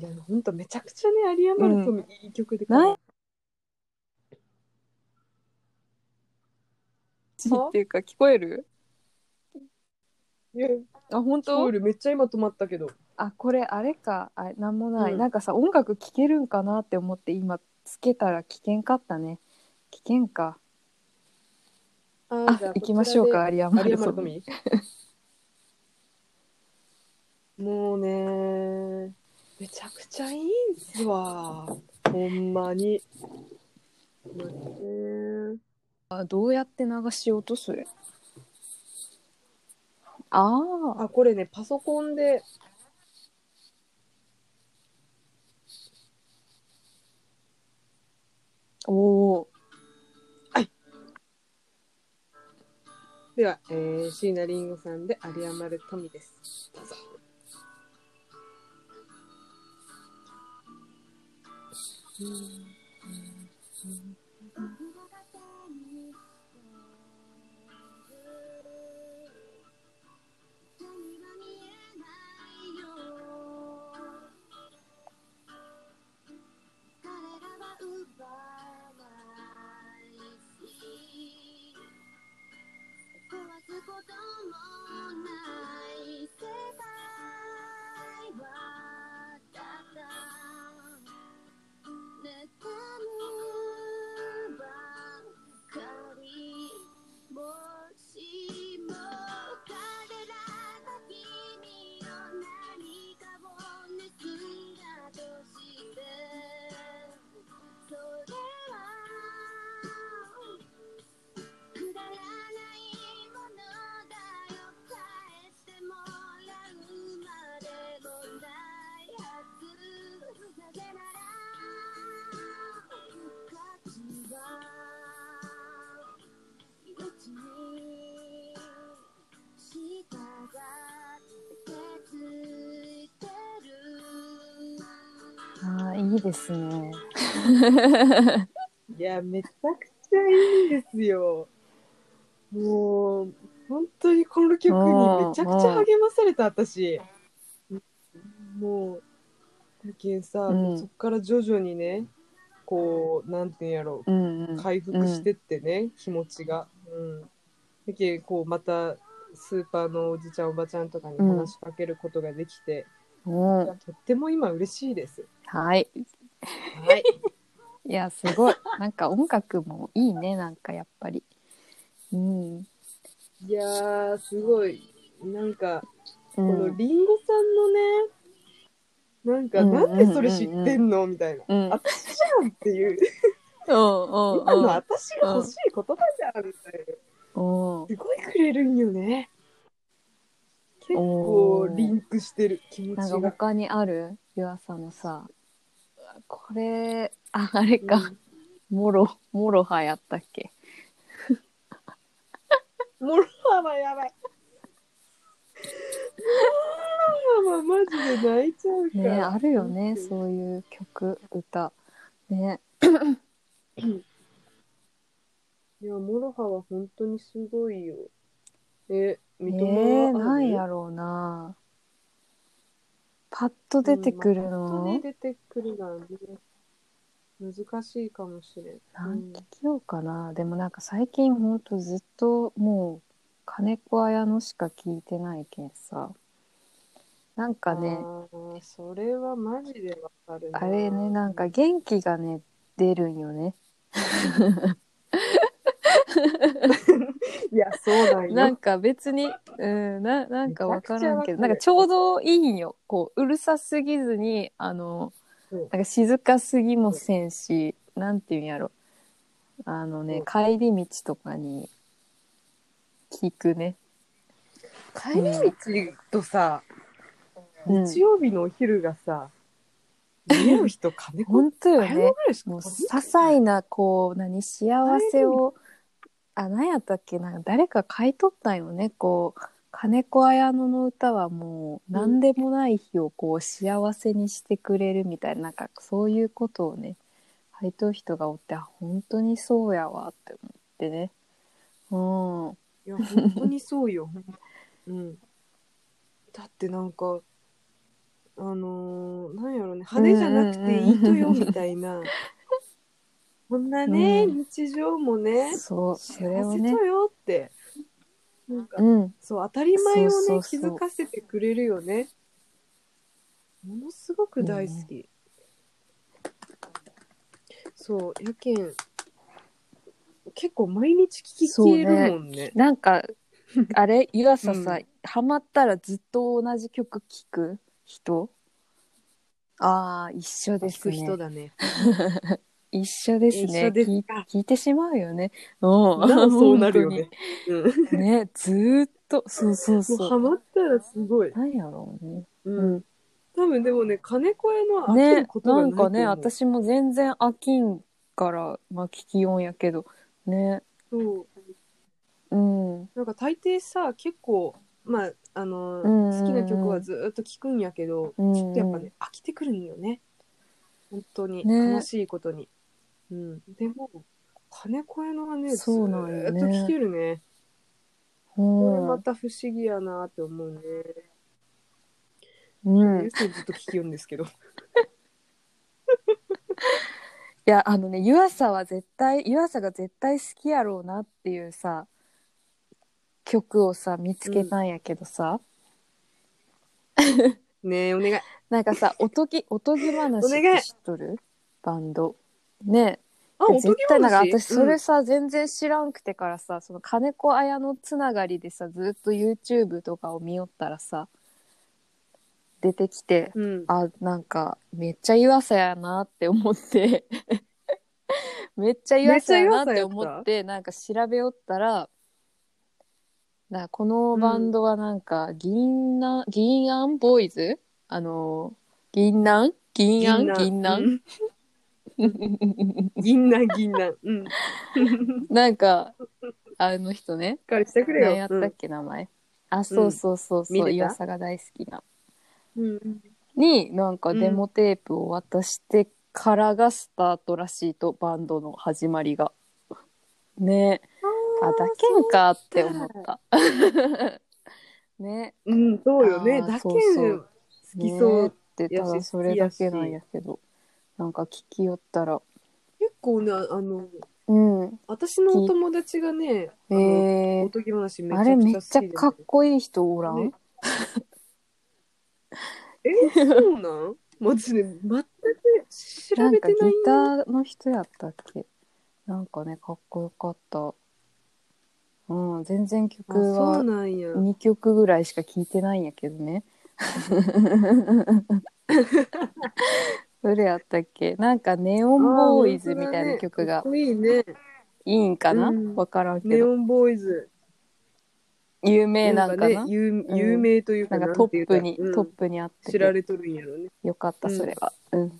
いや本当めちゃくちゃね有り余る富、いい曲で
ない
あ
っていうか、聞こえる
いや
あ、本
プー
当
ルめっちゃ今止まったけど
あ、これ、あれか。あ、なんもな
う
い。
ん
なんかさ、音楽聴けるんかなって思って、今、つけたら危険かったね。危険か。
あ
あ、行きましょうか、有り余る
有り
富。
余る富もうねめちゃくちゃいいんすわほんまに待って
あどうやって流し落とすああ
あこれねパソコンで
おお
では、えー、椎名林檎さんで有り余る富です。どうぞ。
壊すこともない世界はただ妬むばかりもしも彼らが君の何かを盗んだとしてそれはくだらないものだよ返してもらうまでもないはずなぜなら価値は命に従ってついてる
ああいいですね
いや、めちゃくちゃいいんですよ。もう、本当にこの曲にめちゃくちゃ励まされた、私。もう、だけんさ、
うん
もうそっから徐々にね、こう、なんていうんやろう、
うんうん
回復してってね、気持ちが。うん。だけんこう、また、スーパーのおじちゃん、おばちゃんとかに話しかけることができて、
うん
いやとっても今嬉しいです。
はい
はい。
いやすご いなんか音楽もいいねなんかやっぱりうん、うん、
いやー、すごい。なんか、このリンゴさんのね、なんか、
うんうんうん
なんでそれ知ってんのみたいな。
うん
私じゃんっていう、
うんうん
今の私が欲しい言葉じゃんみたいな。
うん
すごいくれるんよね。結構リンクしてる気持
なん
ち
か
が。
他にある湯浅のさこれああれか、もろもろはやったっけ
モロハマやばい。モロハママジで泣いちゃうから。
ねあるよね
う。
そういう曲歌ね
いや、モロハは本当にすごいよ。え、
え
三
ー、
笘
な
はある
んやろうなパッと出てくる
本当
の
に、出てくるなんね。難しいかもしれん。
何聞きようかな、でもなんか最近ほんとずっともう金子綾乃しか聞いてないけんさなんかね、
あーそれはマジでわかるな
あれね、なんか元気がね、出るんよね。
いやそうなんよ
なんか別に、うん、な、なんかわからんけど、な
め
んか
ちゃく
ち
ちゃ
ょ
わ
うどいいんよ。こう、うるさすぎずに、あの、
うん
なんか静かすぎもせんし、なんていうんやろ。あのね、
うん
帰り道とかに、聞くね。
帰り道とさ、
うん
日曜日のお昼がさ家の人金子
本当よ
金子
ね
ぐ。らいしか
もう、些
食べん
細な、こう、何、幸せを、あ、何やったっけ、なんか誰か買い取ったよね、こう、金子綾乃の歌はもう、何でもない日を、こう、幸せにしてくれるみたいな、なんか、そういうことをね、買い取る人がおって、あ、本当にそうやわって思ってね。うん。
いや本当にそうよ、うん、だってなんかあのー、なんやろね派手じゃなくていいとよみたいな、こんなね、
うん
日常もね
そう、そ
幸
れを
せ
ね
と、よってなんか
うん。
そう当たり前をね
そうそうそう
気づかせてくれるよねものすごく大好き、そうやけん結構毎日聞き消えるもんね
なん か、あれ、湯浅さ、
うん
ハマったらずっと同じ曲聴く人ああ、一緒で
聞
す
く
ね。
人だね
一緒です
一
ね。
緒です
聞い聞いてしまうよね。 うん。
ならそうなるよね。うん、も
本当に。ね、ずーっと、そうそう
う
そ
ハ
う。
マったらすごい。
なんやろうね。
う
うん
ん。多分でもね、金子への飽き
ね
るこ、とが
な
ない
ん
と思
か
う。
ね、私も全然飽きんから、まあ聞き音やけど、ね、
そう。
うん。
なんか大抵さ、結構、まあ、あの、
うんうんうん
好きな曲はずーっと聴くんやけど、
うん
ちょっとやっぱね、飽きてくるんよね。本当に、
ね
悲しいことに。うん。でも、金子へのはね、ず
そうなんよね
ーっと聴けるね。これ
う
ま
ん。
た不思議やなって思うね。
うん
よ。くずっと聴きよるんですけど。
いやあのね湯浅は絶対湯浅が絶対好きやろうなっていうさ曲をさ見つけたんやけどさ、
ねえ、お願い。
なんかさおとぎ おとぎ話っ
お願い
て知っとるバンドね
あ、
で
おと
絶
ぎ
対なんか
話
私そ
うん
れさ、全然知らんくてからさその金子綾乃つながりでさずっと YouTube とかを見よったらさ出てきて
うん。
あなんかめっちゃ湯浅やなって思って めっちゃ湯浅やなって思
めっちゃ湯浅や
っ
って
なんか調べよったらなこのバンドはなんか銀杏銀杏ボーイズあの銀杏銀杏銀杏、
銀杏銀杏うん。
なんかあの人 ね
彼してくれよ。
何やったっけ名前、あそうそうそうそう、
見れた
湯浅が大好きな
うん。
になんかデモテープを渡してからがスタートらしいと、バンドの始まりが。ねあだけんかって思った。 ね
うん、そうよね。
あー
だけ
そうそう
好きそう。
ねってただそれだけなんやけどなんか聞きよったら
結構ね、あの、
うん
私のお友達がね、あ
え
の
ー
お、とぎ話めち
あれめっ
ゃく
ち
ちゃ
ゃ
好きで。
かっこいい人おらん、
ね え、そうなん私ね、全く
な
調
ん
べ
かギ
てない
タ
んだ
ーの人やったっけなんかねかっこよかったうん全然曲
あそ
は
うなんや。
2曲ぐらいしか聴いてないんやけど ね。どれやったっけなんか「ネオンボーイズ」みたいな曲
あ
が
ー本当だねかっこいいね。
いいんかな、
うん
わからんけ
ネオ
ど。
ンボーイズ。
有名なんかな
ね、有
うん
有名というか
なんか
なん
ト
てい
ッ
うか
プに、
うん
トップにあって
知られとるんやろね。
よかった
うん
それは、うん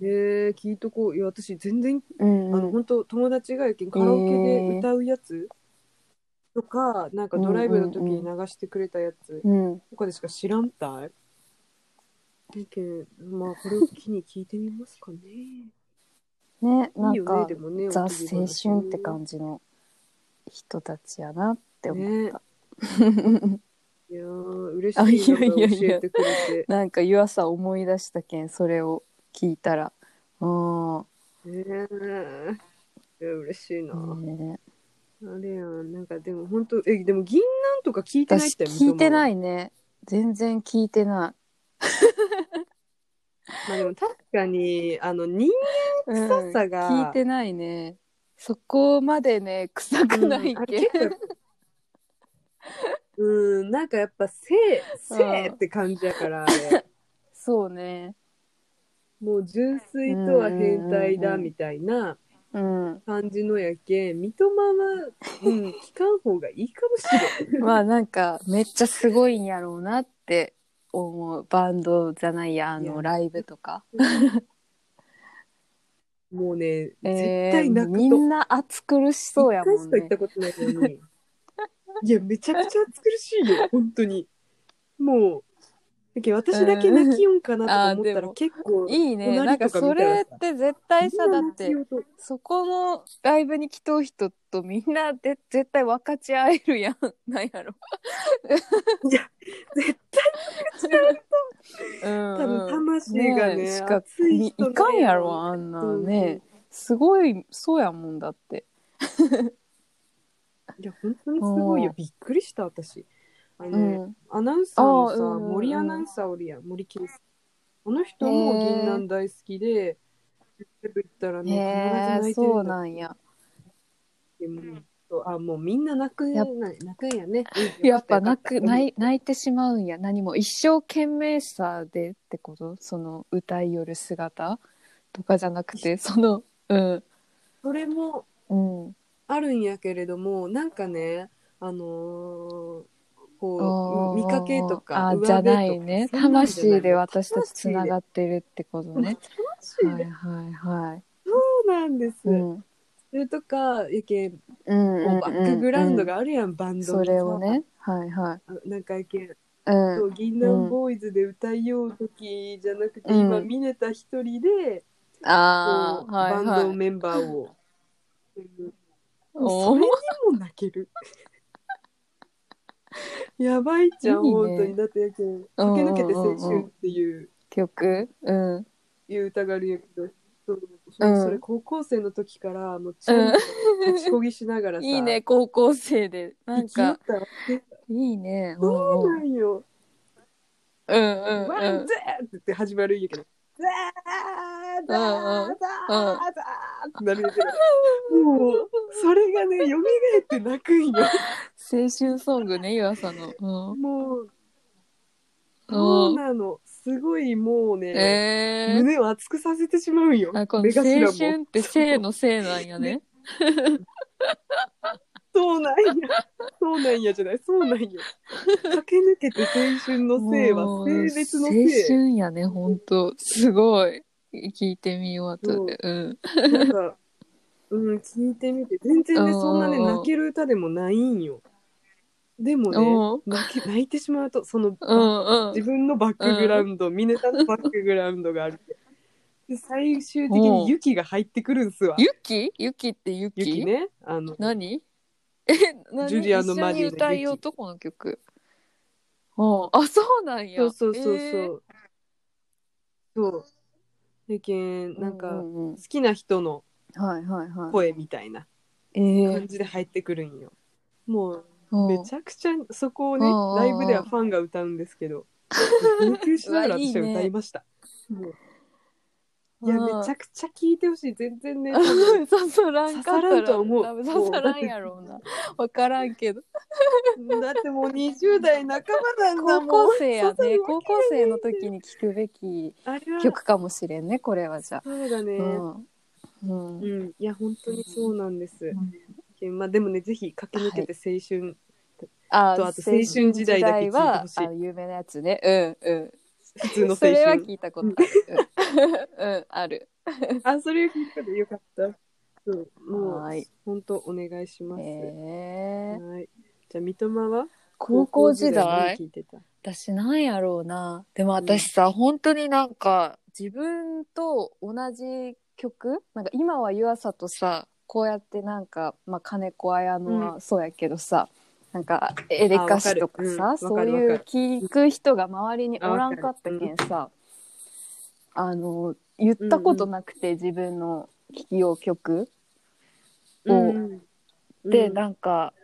えー、聞いとこう。いや、私全然、
うん
あの、本当友達がやけん、カラオケで歌うやつ、とか、なんかドライブの時に流してくれたやつ
うん、
とかでしか知らんたい。だけんまあ、これを機に聞いてみますかね。
ね ない
い
ん
よね、
か
でもね。
ザ・青
おとぎ話
春って感じの人たちやなって思う、
ね。 いやー嬉しい
あいやいやいや
なんか教えてくれて。
なんか湯浅思い出したけんそれを聞いたらうん、
ねえいや嬉しいな。
ね、
あれやん、なんかでも本当、え、でも銀杏とか聞いてないっ
私
て。
聞いてないいね全然聞いてな
まあでも確かに、あの、人
い、
臭さが
うん聞いてないねそこまでね臭くない
うんあ
け、
結構うん、なんかやっぱ性、性って感じやから、あれ
そうね
もう純粋とは変態だ
うん
みたいな
うん
感じのやけん、三笘は、うん、聞かん方がいいかもしれん。
まあなんかめっちゃすごいんやろうなって思うバンドじゃないやあ
い
の
や
ライブとか
もうね、
え
絶
ー
対泣
み
くと。
んな暑苦しそうやも
一回し
んね
か行ったことないの に。いや、めちゃくちゃ暑苦しいよ、本当に。もう、だけど私だけ泣き音かなとか思った
うんあーで
ら
も
結構、
いいねな
隣
んか
と
そ
見たら
れ
さ
って絶対さだっ
みんな泣
て
き音
そこのライブに来とう人とみんなで絶対分かち合えるやんなんやろ
絶
うん
対
う
多
ん
分魂がね、
ねえしか
熱い
い
人
いかんやろあんなね、すごいそうやもんだって
うんいや、本当にすごいよ
う。
びっくりした、私。あの
う
ね、
ん
アナウンサーのさ、
あーうんうん
森アナウンサーおるやん、森圭介あの人も
へー
銀杏大好きで、ライブ行ったらね、
へえ
必ず泣いてる
そうん
だ
なんや
でもそうあもうみんな泣く
や
な
っ
泣くんやね。うん
やっぱ
よか
泣
た
く泣い泣いてしまうんや何も一生懸命さでってことその歌いよる姿とかじゃなくてそのうん
それも
うん
あるんやけれどもなんかねあのー
あ
こ
ー
う見かけとか
あ
上
じゃ
辺とか
ないね
そんなんじゃない
魂で私たちつながってるってこと
魂
ね
で
は
魂
い
で
はいはい
そうなんです。
うん
それとかやけんこ
うん
う
うんうん
バックグラウンドがあるやんバンド
そ
のさ
れをねはいはい
なんかやけん
う
そ
ん
う銀杏ボーイズで歌いよう時じゃなくて、
うん
今ミネタ一人で
あ
こう
あはい
バンド
はい
メンバーを。うん
お
そ
ー
れにも泣ける。 やばいじゃん、
いいね
本当に。だってやけん、駆け抜けて青春っていう,、
曲 うん
いう歌があるんやけど、そう
うん
それ高校生の時から、もうチャン立ちこぎしながらさ、
いいね高校生でな
生
ん
きよっ
か
たら、
いいね
そう
うんうん
なんよ、
うん
ワン、
うんうん
ゼーって言って始まるんやけど、ザーザーザーザーってなるんやけど、もう、それがね、蘇って泣くんよ。
青春ソングね、岩佐の。
もう、
うん。
そう
うん、
なの。すごいもうね、
えー、
胸を熱くさせてしまうんよ。
あこの
目頭
青
も。
春って性のせいなんやね。
そうなんや。そうなんやじゃない。そうなんや。駆け抜けて青春のせい
も
は
う
性別の
青
せ
春やね、ほんと。すごい。聞いてみよう、後で。うん。
い。なんか、うん、聞いてみて。全然ね、
うん
そんなね、泣ける歌でもないんよ。でもね、泣け泣いてしまうと、その、
うんうん。
自分のバックグラウンド、ミネタのバックグラウンドがある。で最終的に雪が入ってくるんすわ。
ユキユキってユキ
雪ね。あの、
何 え、何
ジュリアのマ
一
リーの
緒に歌い
ユキ
男の曲。うんあ、そうなんや。
そうそうそうそう。
えー
そう。でけん、なんか、
うう
好
んうん
きな人の
はいはいはい。
声みたいな
えー
感じで入ってくるんよ。も
う
う、
ん
めちゃくちゃ、そこをね
うん、
ライブではファンが歌うんです けど、号泣しながら
うわいい
私
ね
は歌いました。もういや、
うん
めちゃくちゃ聴いてほしい。全然ね、
刺さらんか ったら
刺さらんとは思う
多分刺さらんやろうな分からん けど
だってもう20代半ばなん
高
だもん
校。生や
刺さるわけがな
ね
い
高校生の時に聞くべき
あれは、
曲かもしれんねこれはじゃあ
そうだね。
うん、う
うんん、いや、本当にそうなんです。見まあでもねぜひ駆け抜けて青春、
あ
とあと青春時代だけ聞いてほしい
青春時代はあの有名なやつねうんうん
普通の青春
それは聞いたことあるうんうんある
あそれを聞いたでよかったそうも
は
う
い
本当お願いします、
へえ
はいじゃあ三笘は
高校時代
高校時代何聞いてた
私なんやろうなでも私さ、本当になんか自分と同じ曲なんか今は湯浅とさこうやってなんか、まあ、金子綾乃はそうやけどさ、なんかエレカシとかさ
あわかるうん
そう
わかる
い
わ
う
か
聞く人が周りにおらんかったけんさ、あの言ったことなくて、自分の聴きよう曲を、
うん
で、
うん
なんか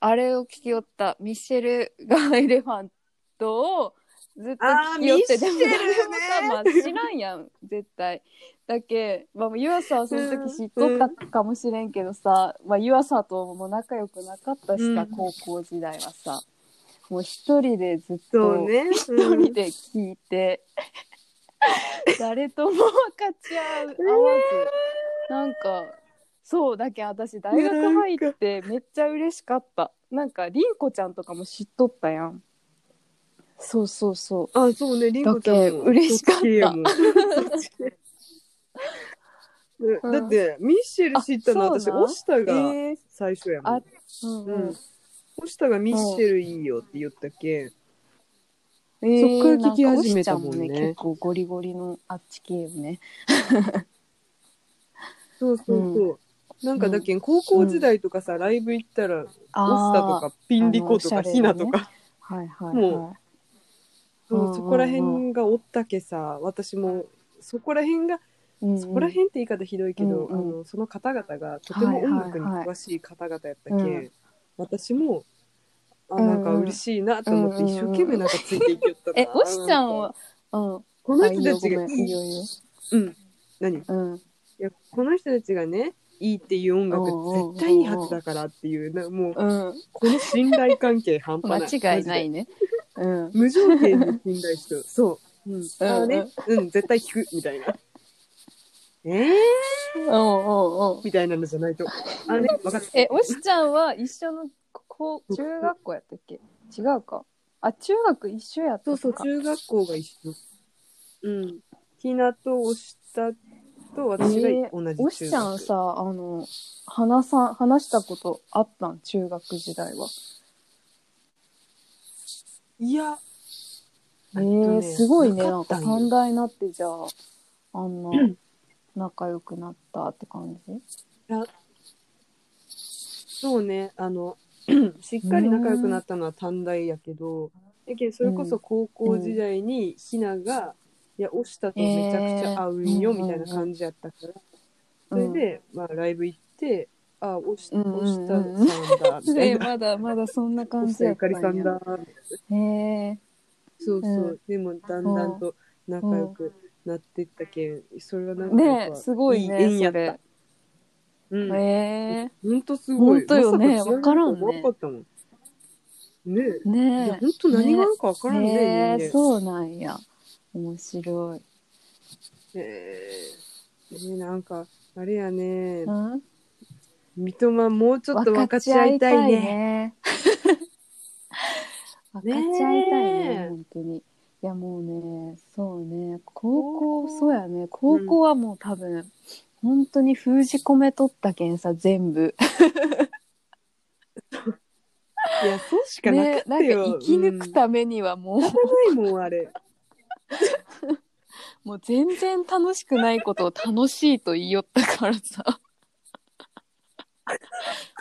あれを聞きよったミッシェル・ガエレファントをずっと聞きよって
あー
でも
ミッシェルね
誰もさ、まあ、知らんやん絶対だけまあ湯浅はその時知っとったかもしれんけどさ、まあ、湯浅とも仲良くなかったしさ、
うん
高校時代はさもう一人でずっ
そう
と
ね一
一人で聞い て、誰とも分かち合う合わずなんかそうだけん私大学入ってめっちゃ嬉しかったなんかりんこちゃんとかも知っとったやんそうそうそう
あ、そうね、りんごちゃん
だけ
も。
嬉しかった
そっち 系やもんそっち系
うん
だって、ミッシェル知ったの
あ
私、
そうなん
オシタ
え
が
ー
最初やも
あ
ん。
うん
うんオシタがミッシェルいいよって言ったけん。
えー
そっから聞き始めたもん
な
ね
かおしちゃ結構ゴリゴリのあっち系よね
そうそうそう。なんかだけん、高校時代とかさ、ライブ行ったら、オシタと
あ
か、ピンリコと
あのおしゃ
か、
れなね
ヒナとか、
あはいはいはい
も
うん
そうそこら辺がおったけさ、私も、そこら辺が、
うんうん
そこら辺って言い方ひどいけど、
うんうん
あのその方々がとても音楽に詳しい方々やったけ、
はいはいはいうん
私もあ
うん
なんか嬉しいなと思って
うんうん
一生懸命なんかついていけよったな、
えおしちゃんはうん
この人たち
あ
が
いいよごめんいいよいいよ
うん何い
うん
やこの人たちがねいいっていう音楽絶対いいはずだからっていうなもう
うん
この信頼関係半端ない
間違いない
マジで
ね。 うん。
無条件に信 頼してるそう、うん、ああねうん絶対聞くみたいなえー、
おうおうおう
みたいなのじゃないとあね分かった
え、おしちゃんは一緒の高中学校やったっけ違うか。あ、中学一緒やった
そ
か。
うそう、中学校が一緒。うん。ひなと、おしたと、私が同じ中学、
おしちゃんさ、あの、話さん、話したことあったん中学時代は。
いや、
え
えっと
ー、
ね
すごいね。な
なんか
か
ったんよ
三大になってじゃあ、あんな仲良くなったって感じ
そうね、あの、 しっかり仲良くなったのは短大やけど、やけんそれこそ高校時代にひなが、いや、おしたとめちゃくちゃ合うんよ、
えー
みたいな感じやったから、
うんうん
それで、まあ、ライブ行って、あ、おし
うんうん
おしたさ
うん
んだ、みたい
え、
な。
まだまだそんな
お
感
し
じ
た
や
ゆ
っ
か
た
りさん
え
だ、
ー、
そうそう、
うん
でもだんだんと仲良くなってったけん、それはなんかやっ
ね
ぱ
すごいね。
い縁やっ
それ
た。うん、
え
ほんとすごい。
ほんとよね
まさか違うと思わんかったもん。
ー、
ねえ、い
ね
や
え。
ほんと何があるかわからんね。
へ
人
え
間
そうなんや面白い、
へえねなんかあれやね
う、ん、
三笘もうちょっと分かち合いたいね。
分かち合いたいね
ねえ
本当にいやもうねそうね高校そうやね高校はもう多分、本当に封じ込めとったけんさ全部
いや、そうしかなか
ね
っ
な
た
んか
よ。
生き抜く
うん
ためにはもう,、
汚いもん、あれ。
もう全然楽しくないことを楽しいと言いよったからさ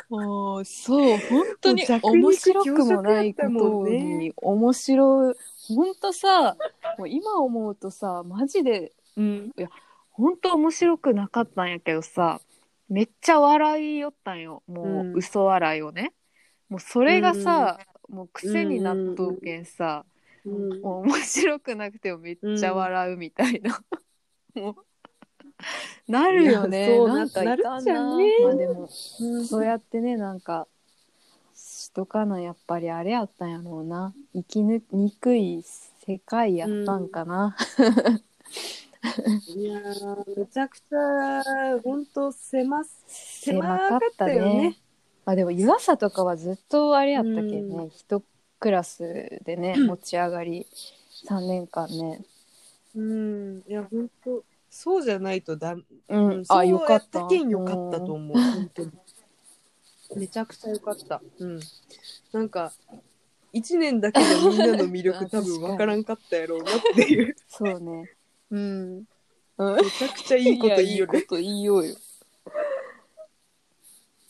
もうそう本当に面白くもないことに面白い本当さもう今思うとさマジで
うん。
本当面白くなかったんやけどさめっちゃ笑いよったんよも
うん
う嘘笑いをね、もうそれがさ、もう癖になっとうけんさ、
うん
もう面白くなくてもめっちゃ笑うみたいな、もうなるよ
いや
ね
そう
なんかい
な
か
る
ん
じ
な
ゃんね
まあでも
うん
そうやってねなんかしとかなやっぱりあれやったんやろうな生きぬにくい世界やったんかな、
いやーめちゃくちゃ本当狭す
狭かったね
狭かったよね
あでも湯浅とかはずっとあれやったけね、
うん
一クラスでね持ち上がり3年間ね、
うん、いや、本当そうじゃないとだ、
うん
うん、
あ
そう
よか
や
っ
ったたけんよかったと思う、本当に。めちゃくちゃよかった。うん。なんか、一年だけのみんなの魅
あ
力多
確かに
分わからんかったやろうなっていう。
そうね
うん。め
うん
ちゃくちゃいいこと言いよ
やい
ね。
いこと言いようよ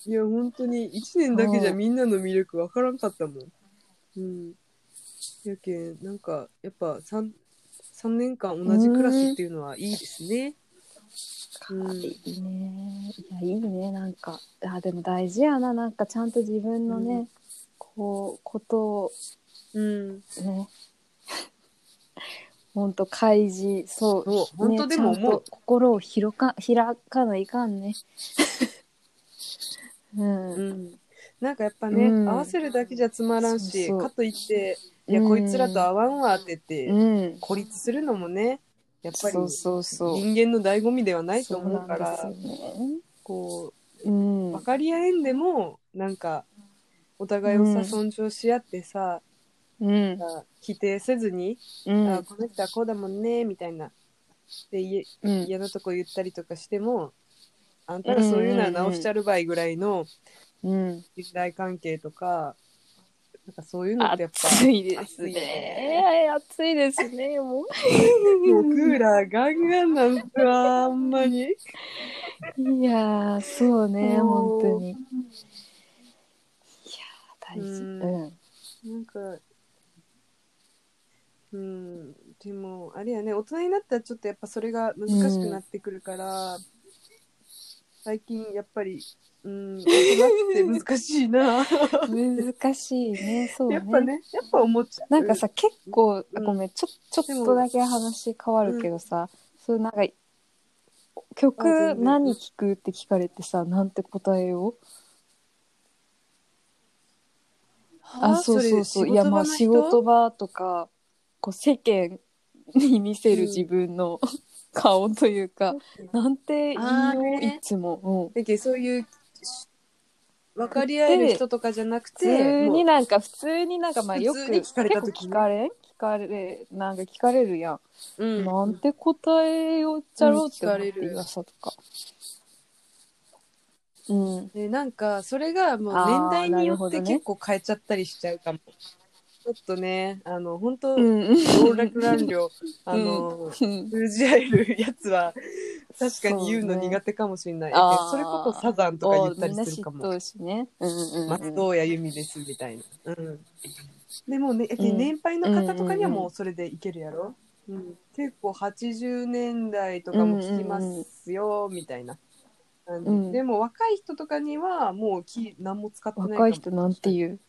いや、本当に、一年だけじゃ
うん
みんなの魅力わからんかったもん。うん。やけん、なんか、やっぱ三三年間同じクラスっていうのはいいですね。うん
いいねいやいいねなんかあでも大事やななんかちゃんと自分のね、
うん
こうことを
うん。
ね 本当開示そう
そう、本当
ね
でも
ちゃん
思う
と。心を広か開かないかんね うん、
うんなんかやっぱね、
うん
合わせるだけじゃつまらんし
そうそう
かといっていや、こいつらと合わんわって言って
うん
孤立するのもねやっぱり
そうそうそう
人間の醍醐味ではないと思うから
そうなんですよね
こ
うん
う分かり合えんでもなんかお互いを
う
さ
ん
尊重し合ってさ、
うん
あ否定せずに、
うん
あこの人はこうだもんねみたいなでい
うん
嫌なとこ言ったりとかしてもあんたらそういうのは直しちゃるばいぐらいの、
うん
信頼関係とか、なんかそういうのってやっぱ、
暑いです
暑いよ
ね。暑いですね。も
もうクーラーガンガンなんす わ、あんまに。
う。 いやー、そうね、本
もう
当に。いやー、大事。
うん
うん。
なんか、うん、でも、あれやね、大人になったらちょっとやっぱそれが難しくなってくるから、最近やっぱり、うん、大人って難しいな。
難しいね、そうね。
やっぱね、やっぱ思っちゃう。
なんかさ、結構、あ
うん
ごめん、ちょちょっとだけ話変わるけどさ、そうなんか、
あ全
曲
然
何聴くって聞かれてさ、なんて答えを
は
あ、そうそうそう。
れ
いや、まあ
の
仕
人
事場とか、こう世間に見せる自分の 顔というか、なんて言い
あー
よう、
ね
いつも。
だけどそういう、分かり合える人とかじゃなく
うん、普
て、
通
もう
になんか、普通になんか、まあよく、
普通に聞かれた時
結構聞かれん聞かれ、なんか聞かれるやん。
うん
なんて答えよっちゃろうって思っ
うん
て
聞かれる
いさとか。うん。
でなんかそれがもう
あー
年代によ
なるほ
っ
ど
て
ね
結構変えちゃったりしちゃうかも、ちょっとねあの本当
うん。
老若 男女あの通じ合えるやつは確かに言うの苦手かもしれない
そうね
そ,、それこそサザンとか言ったりするか
お
も
みんな知っとうしね。うんうんうん。
松任谷由実ですみたいな、うん、でもね、
うん
年配の方とかにはもうそれでいけるやろ、うん、結構80年代とかも聞きますよみたいな、
んうん
あのでも若い人とかにはもうき何も使ってないかも
若い人なんて言う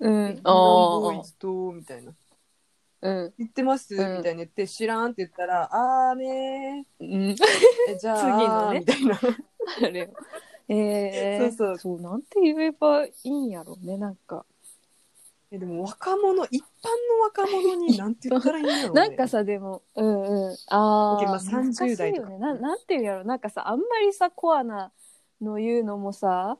うん
イランボー
あ
イズとみたいな
あうん
言ってます、
うん
みたいに言って知らんって言ったらあーね
うん
ーえじゃ
次の
あ
ね
みたいな
あれよ えー、
そうそう
なんて言えばいいんやろうねなんか、
えでも若者一般の若者になんて言ったらいいんだろう、ね、
なんかさでもうんうんあ
オッケーまあ
ー難しい
30代と
よ
か
ねななんて言うんやろうなんかさあんまりさコアなの言うのもさ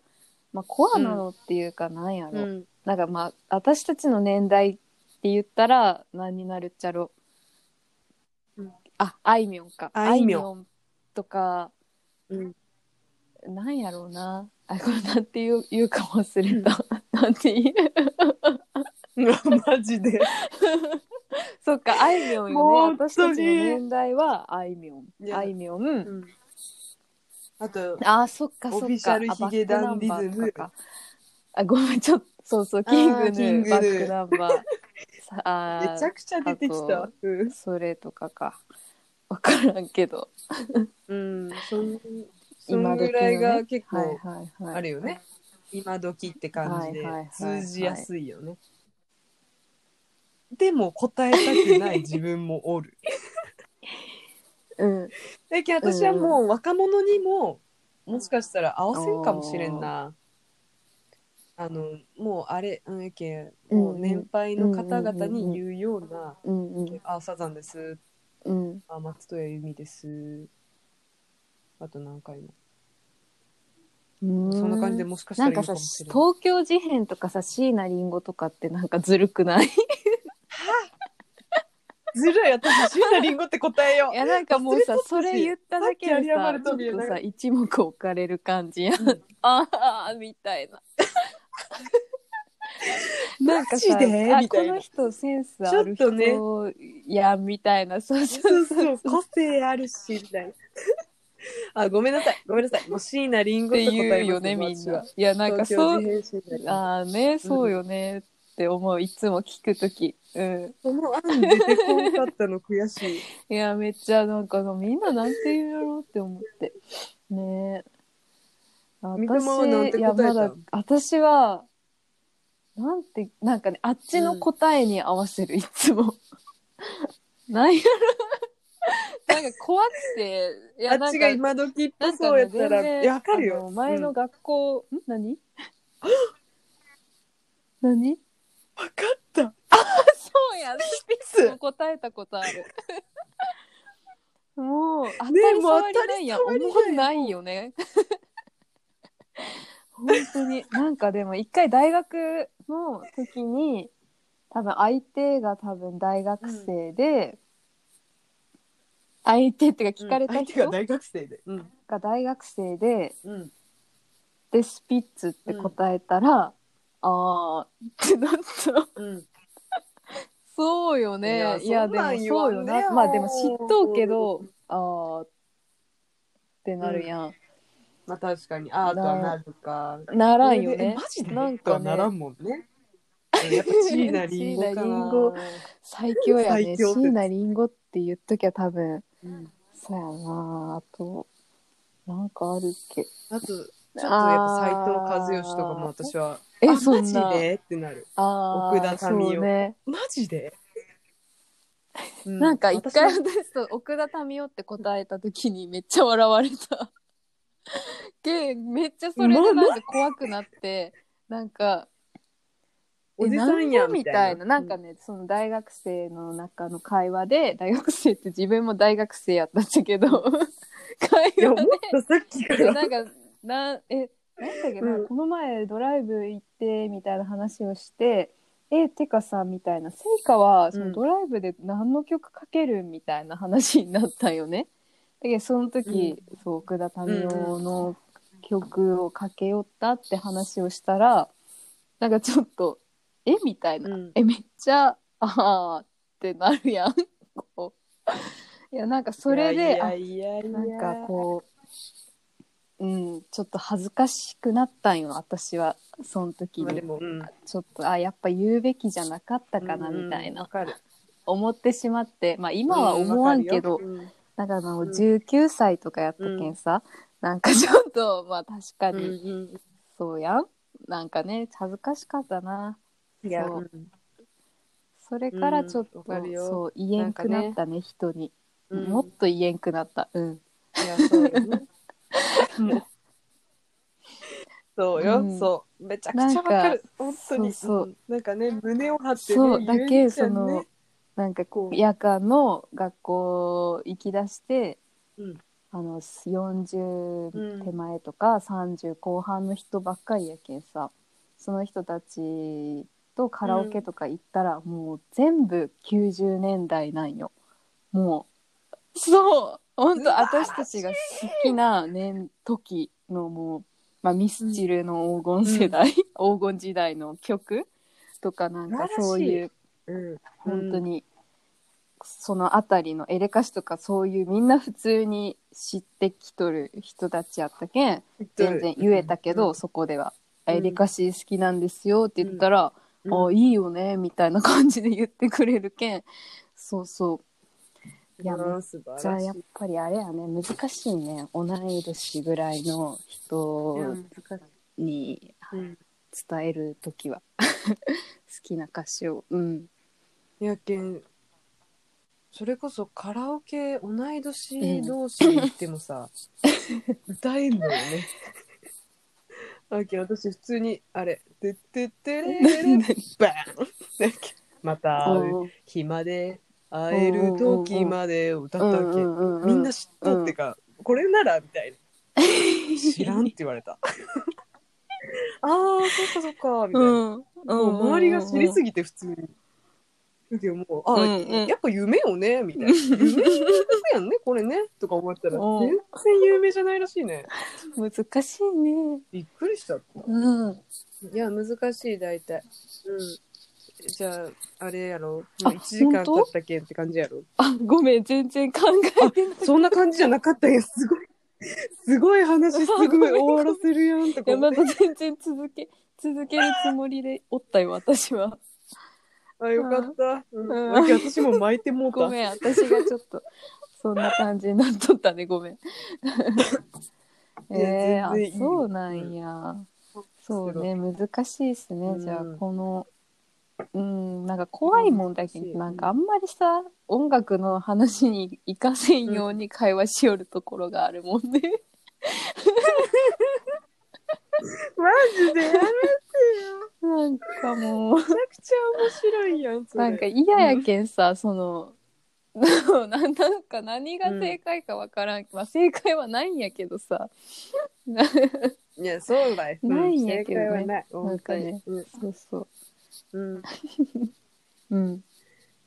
まあコアなのっていうかなんやろ、
うん
なんかまあ私たちの年代って言ったら何になるっちゃろう、
うん
ああいみょんか
あいみょん
あんとか
うん
なんやろうなあこれなんて言う言うか忘れた、 なんて言う
マジで
そっかあいみょん
もう
よね
本当に
私たちの年代はあいみょん
いや
あいみょん、
うんあと、
あそっかそっか
オフィシャル
あバック
ヒゲダンディズ
ナバー
ム
とかあごめんちょっとそうそうキングヌ
あーキ
ー
ングヌ
バ
ー
ックナンバーさあー
めちゃくちゃ出てき
あ
た
と。
うん
それとかか分からんけど
うん、そんそ
今
ん
時のね
ぐらいが結
はい
構
はいはい
あるよね。今時って感じで
はいはいはいはい
通じやすいよね。でも答えたくない 自分もおる。
うん
だけど私はもう若者にももしかしたら合わせんかもしれんな。あのもうあれ、うん、やけんもう年配の方々に言うような
うんう
「
ん
あサザンです」
うん
あ、松任谷由実です。あと何回も。
そ
そんな感じでもしかした
な
ら
ん
いいの
か
か
さ
もしれない。
東京事変とかさ椎名林檎とかってなんかずるくない い
ずるい私椎名林檎って答えよう。
やなんかもう
忘
さ
れとったし
それ言っただけでさ
さっき有り余る
ちょ
飛
っ
びや
と
な
さ一目置かれる感じや、
うん
あ あみたいななんかさ
マジで
あ
みた
こ
いな
の人センスある
ちょっとね
人やんみたいなそうそう
そうそう個性あるしみたいな。 あごめんなさいごめんなさいもう椎名林檎
って
と答えます
言うよねみんな。いやなんか
私
そ
は
う
東京事変椎名林檎
ああねそうよねって思ういつも聞くときうん
その案出てこなかったの悔し
い
い。
やめっちゃなんかみんななんて言うんやろうって思ってねえ
みたまはなん
私
て
いや
答えた
ま
ん
だ私はなんてなんかねあっちの答えに合わせるいつも、 なんやろなんか怖くてい
あっ
なん
ち
か
が今時っ
な
ぽ
ん
そうやった
全
ら、
然
いやわかる
あの
よ。
前の
うん
学校、ん何 何
わかった。
そうやね。
ス
もう答えたことある。 もう当たり障りないやん。
もう当たり
思
障
んないよね。本当に。なんかでも一回大学の時に、多分相手が多分大学生で、相手っていうか聞かれた
相手が
人
大学生で。うん
が大学生で、
うん。
で、スピッツって答えたら、あーってなった。
うん。
そうよ
いや
ね。いや、
そん
でも
なん言わ
そ
ん
う
ね
よ
や
な。
ろ
まあでも知っとうけど、あーってなるやん。
まあ確かに、アートはなるか。
ならんよ
え
ね。
マジで
なん
と
か
はなら
ね、
んもんね。やっぱ椎 名林檎かな。
最強やね。
最強
椎名林檎って言っときゃ多分、
うん
そうやなあと、なんかあるっけ。
あと、ちょっとやっぱ斎藤和義とかも私は、
え
あ、
そ
マ
ん
ジ
な
でってなる。
あ
奥田民生
そうね。
マジでう
なんか一回
私は
私と奥田民生って答えた時にめっちゃ笑われた。 でめっちゃそれでなんか怖くなってなんか
おじさんやみたいな。
なんかね、その大学生の中の会話で、大学生って自分も大学生やったんだけど、 会
いや、
話
思ったさっきか
で、
ら。
なんか、なん、え、なんだっけな、
うん
この前ドライブ行って、みたいな話をして、え、てかさ、みたいな、聖火は、そうの
ん
ドライブで何の曲かけるみたいな話になったよね。だけど、その時、そう、奥田民生の曲をかけよったって話をしたら、なんかちょっと、えみたいな。
うん
えめっちゃああってなるやんこういやなんかそれで
いやいやいやい
あ
や
なんかこううんちょっと恥ずかしくなったんよ私はその時
まあで
に
も、うん。
ちょっとあやっぱ言うべきじゃなかったかなみたい
うんうん
な、
わかる。
思ってしまってまあ今は思わんけど、
うわかるよ
なんかあの
うん
19歳とかやったけんさ、なんかちょっとまあ確か
うんう
に
ん
そうやん、なんかね恥ずかしかったな
うんいや
そう
うん
それからちょっと、
うんわかるよ
そう言えんくなったね人に、
うん
もっと言えんくなったうん
いやそうよねもうそうよ、
うん
そうめちゃくちゃわかる本当に
そうそうん
なんかね胸を張ってね
そうだ
言え
け
るじゃ
そ
んね
のなんかこ
こ
う
う
夜間の学校行き出して、
うん
あの40手前とか30後半の人ばっかりやけんさその人たちとカラオケとか行ったら、もう全部90年代なんよもうそう本当
うわー
私たちが好きな年時のもう、まあ、ミスチルの黄金世代、黄金時代の曲とかなんかそういう
うん
本当に、その辺りのエレカシとかそういうみんな普通に知ってきとる人たちやったけん全然言えたけど、、そこでは、
うん
エレカシ好きなんですよ」って言ったら「
うん
あいいよね」みたいな感じで言ってくれるけんそうそういや
ん、素晴
じゃあ
らしい
やっぱりあれやね難しいね同い年ぐらいの人に
うん
伝える時は 好きな歌詞をうん
いやけんそれこそカラオケ同い年同士に行ってもさ、歌えんのよね。あけん私普通にあれ「てってってれれれバーン!」だけまた会う
おー
日まで会える時までを歌ったわけ、
うんうんうんうん
みんな知っとってか、これならみたいな知らんって言われた。ああ、そっかそっか、みたいな。
ん。
もう周りが知りす
ぎ
ぎて普通に。でもう、あ、
うんうん
やっぱ夢よね、みたいな。夢の曲やんね、これね、とか思ったら、
うん
全然有名じゃないらしいね。
難しいね。
びっくりしちゃった。
うん。
いや、難しい、大体。うん。じゃあ、あれやろ、も
あ
う1時
本
間経
当
ったけんって感じやろ。
あ、ごめん、全然考えてない。
そんな感じじゃなかったんや、すごい。すごい話、すごい
ごめん
終わらせるやんと
い
か
や、
思
ま
って。
だ全然続け、続けるつもりでおったよ、私は。
あ、よかった。うん
うん
なんか私も巻いてもうた。
ごめん、私がちょっと、そんな感じになっとったね、 ごめん。えー、
いや全然いい
あ、そうなんや。そうね、難しいっすね。
うん
じゃあ、この、うん、なんか怖いもんだけ
難しい
ど、なんかあんまりさ、音楽の話に行かせんように会話しよるところがあるもんね。
マジでやめてよ。
なんかもう、
めちゃくちゃ面白いやん、それ。
なんか嫌やけんさ、その、 ななんか何が正解かわからん、まあ正解はないんやけどさ
いや、そうだよ。
ないんやけどね
正解はない。
なんかね
本
そうそう
当に。うん。うん
うん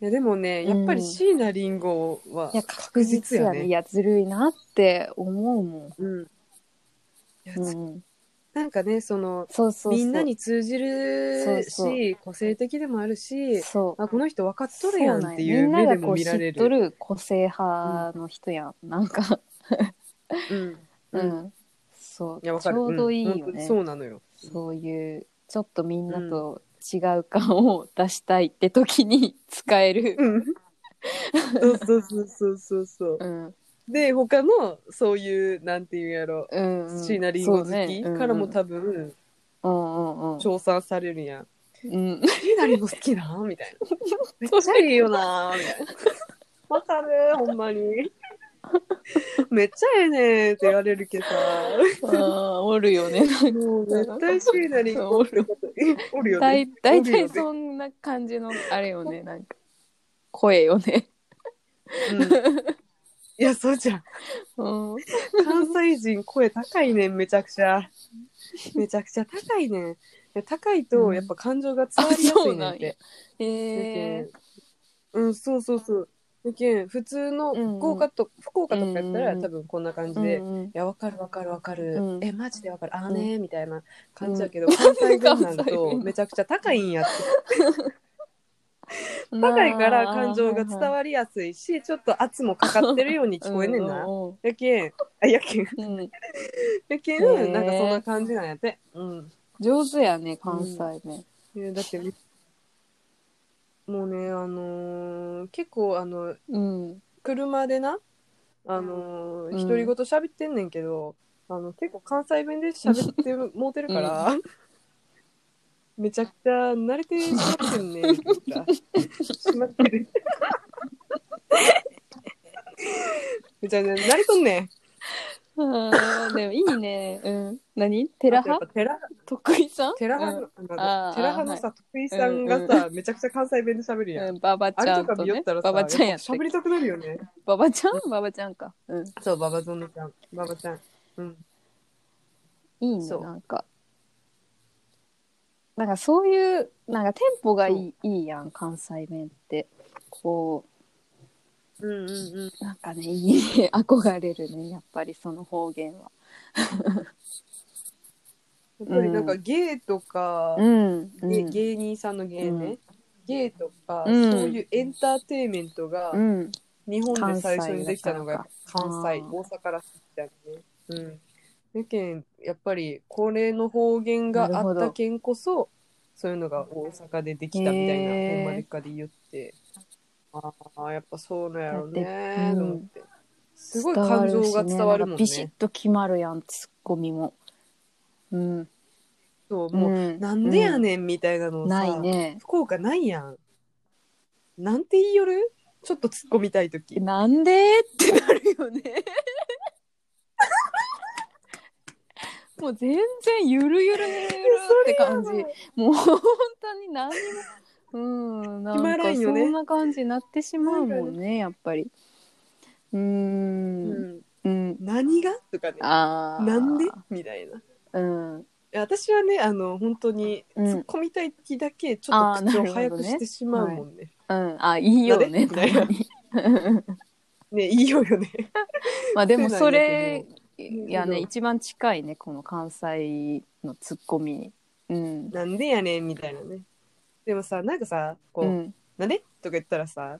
いや、でもね、やっぱり椎名林檎はい
や
確実やね。
いやずるいなって思うも
うん。いや
ん、うん、
なんかね、その、
そうそうそう
みんなに通じ
そう
る
そう
し、個性的でもあるし、
そう
あ、この人分かっとるやんっていう
そなんよみんな
目で
がこ
も
う
見
知
られ
っと
る。
る個性派の人やん、なんか
うん。
う
うん。
んそう
いや、わ
ち
かる。
ょうどいいよ
ん本当
ね、
に
そ
そうなのよ。
ういうちょっとみんなと違う感を出したいって時に使える、
うん。そうそうそうそうそうそう。
うん
で、他の、そういう、なんていうんやろ、
うんうん、
椎名林
そ
檎
うね
好きからも多
う
分、
んうんうん
称賛されるやん。
うん
椎名林檎好きなみたいな。めっちゃいいよなみたいな。わかる、ほんまに。めっちゃええねって言われるけどさ。
あーおるよねなんか
もう絶対椎名林檎ってこと。おるよ
だ
ね
い。大体
う。
そんな感じのあれよね なんか声よね、
うんいや、 そうじゃん。
うん、
関西人声高いねん、めちゃく ちゃ。めちゃくちゃ高いねんいや。高いと、やっぱ感情が伝わりやすいねんって。
えー、
うん、そうそうそう。だけん普通の福岡と、福岡とかやったら、
うんうん
多分こんな感じ
うん
で、い
うん
や、わかるわかるわかる、
うん
え、マジでわかる、あーねー、みたいな感じだけど、
うん
関西弁になる
関西
と、
弁
めちゃくちゃ高いん やって。高いから感情が伝わりやすいし、ちょっと圧もかかってるように聞こえねんな。
うん
やけん、あ、やけん、
うんうん
やけ
へー
ん、なんかそんな感じなんやって。うん。
上手やね関西ね、
えだって、もうね、あのー結構、あの、
うん
車でな、あのー
うん
独り言喋ってんねんけど、あの結構関西弁で喋ってもうてるから、めちゃくちゃ慣れてしまってんねんって言ったしまってる。めちゃくちゃ慣れとんねん。
あ ーでもいいね。うん。何テラ
やっぱ
派
テラ
得意さん
テラ派の、なん
あー
かテラ派のさ、徳井さんがさ、めちゃくちゃ関西弁で喋るやん。
うん、ババ
あ
ち
れ
ゃ
と
ん
か
と
見よ
ね
っ。たらさ、
ババちゃんや
やっ
っ
ぱ
たっ
喋
け
りたくなるよね。
ババちゃんババちゃんか。うん。
そう、ババゾノちゃん、ババちゃん。うん。
いいね、
そう
なんか。なんかそういう、なんかテンポがいいいいやん、関西弁って。こ
うんうんうん。
う、なんかね、 いいね。憧れるね、やっぱりその方言は。
やっぱりなんかゲイとか、
うん。う
で
ん。
芸人さんの芸ね、
うん
芸とか、
うん
そういうエンターテインメントが
うん。
日本で最初にできたのが関
関
西
西だ
大阪らしいんだよね。うん。やけんやっぱりこれの方言が
なる
あ
ほ
っ
ど
たけんこそそういうのが大阪でできたみたいな、
へー
ほんまでっかで言ってああやっぱそうなんやろう
だっ
ね
て
と思って、すごい感情が伝わるも
伝わるしねなんか
ん
ビ
ね
シッと決まるやん、ツッコミも。うん。
そうもう、
ん
なんでやねんみたいなのをさ、
ないね。
福岡ないやん。なんて言いよるちょっと突っ込みたいとき。
なんでってなるよ ね。もう全然ゆるゆるゆるゆるって感じ。もう本当に何にも。うん、なん
決まら
か
ん
そ
よね
んな感じになってしまうもんね、やっぱり。うー。
うんん。
うん。
何がとかね。
ああ。
なんでみたいな。い
うん。
や私はね、あの、本当に、
うん
突っ込みたい気だけ、ちょっと口
あー
を
なる
早
ほどね
くしてしまうもんね。
うん。あ、いいよね、
なんで
確かに。 うん
ね、いいよよね。
まあでもそ
そうなん
れ
だ、ど
いやね、一番近いね、この関西のツッコミに。うん。
なんでやねんみたいなね。でもさ、なんかさ、こ
う
う、
ん。
なんでとか言ったらさ、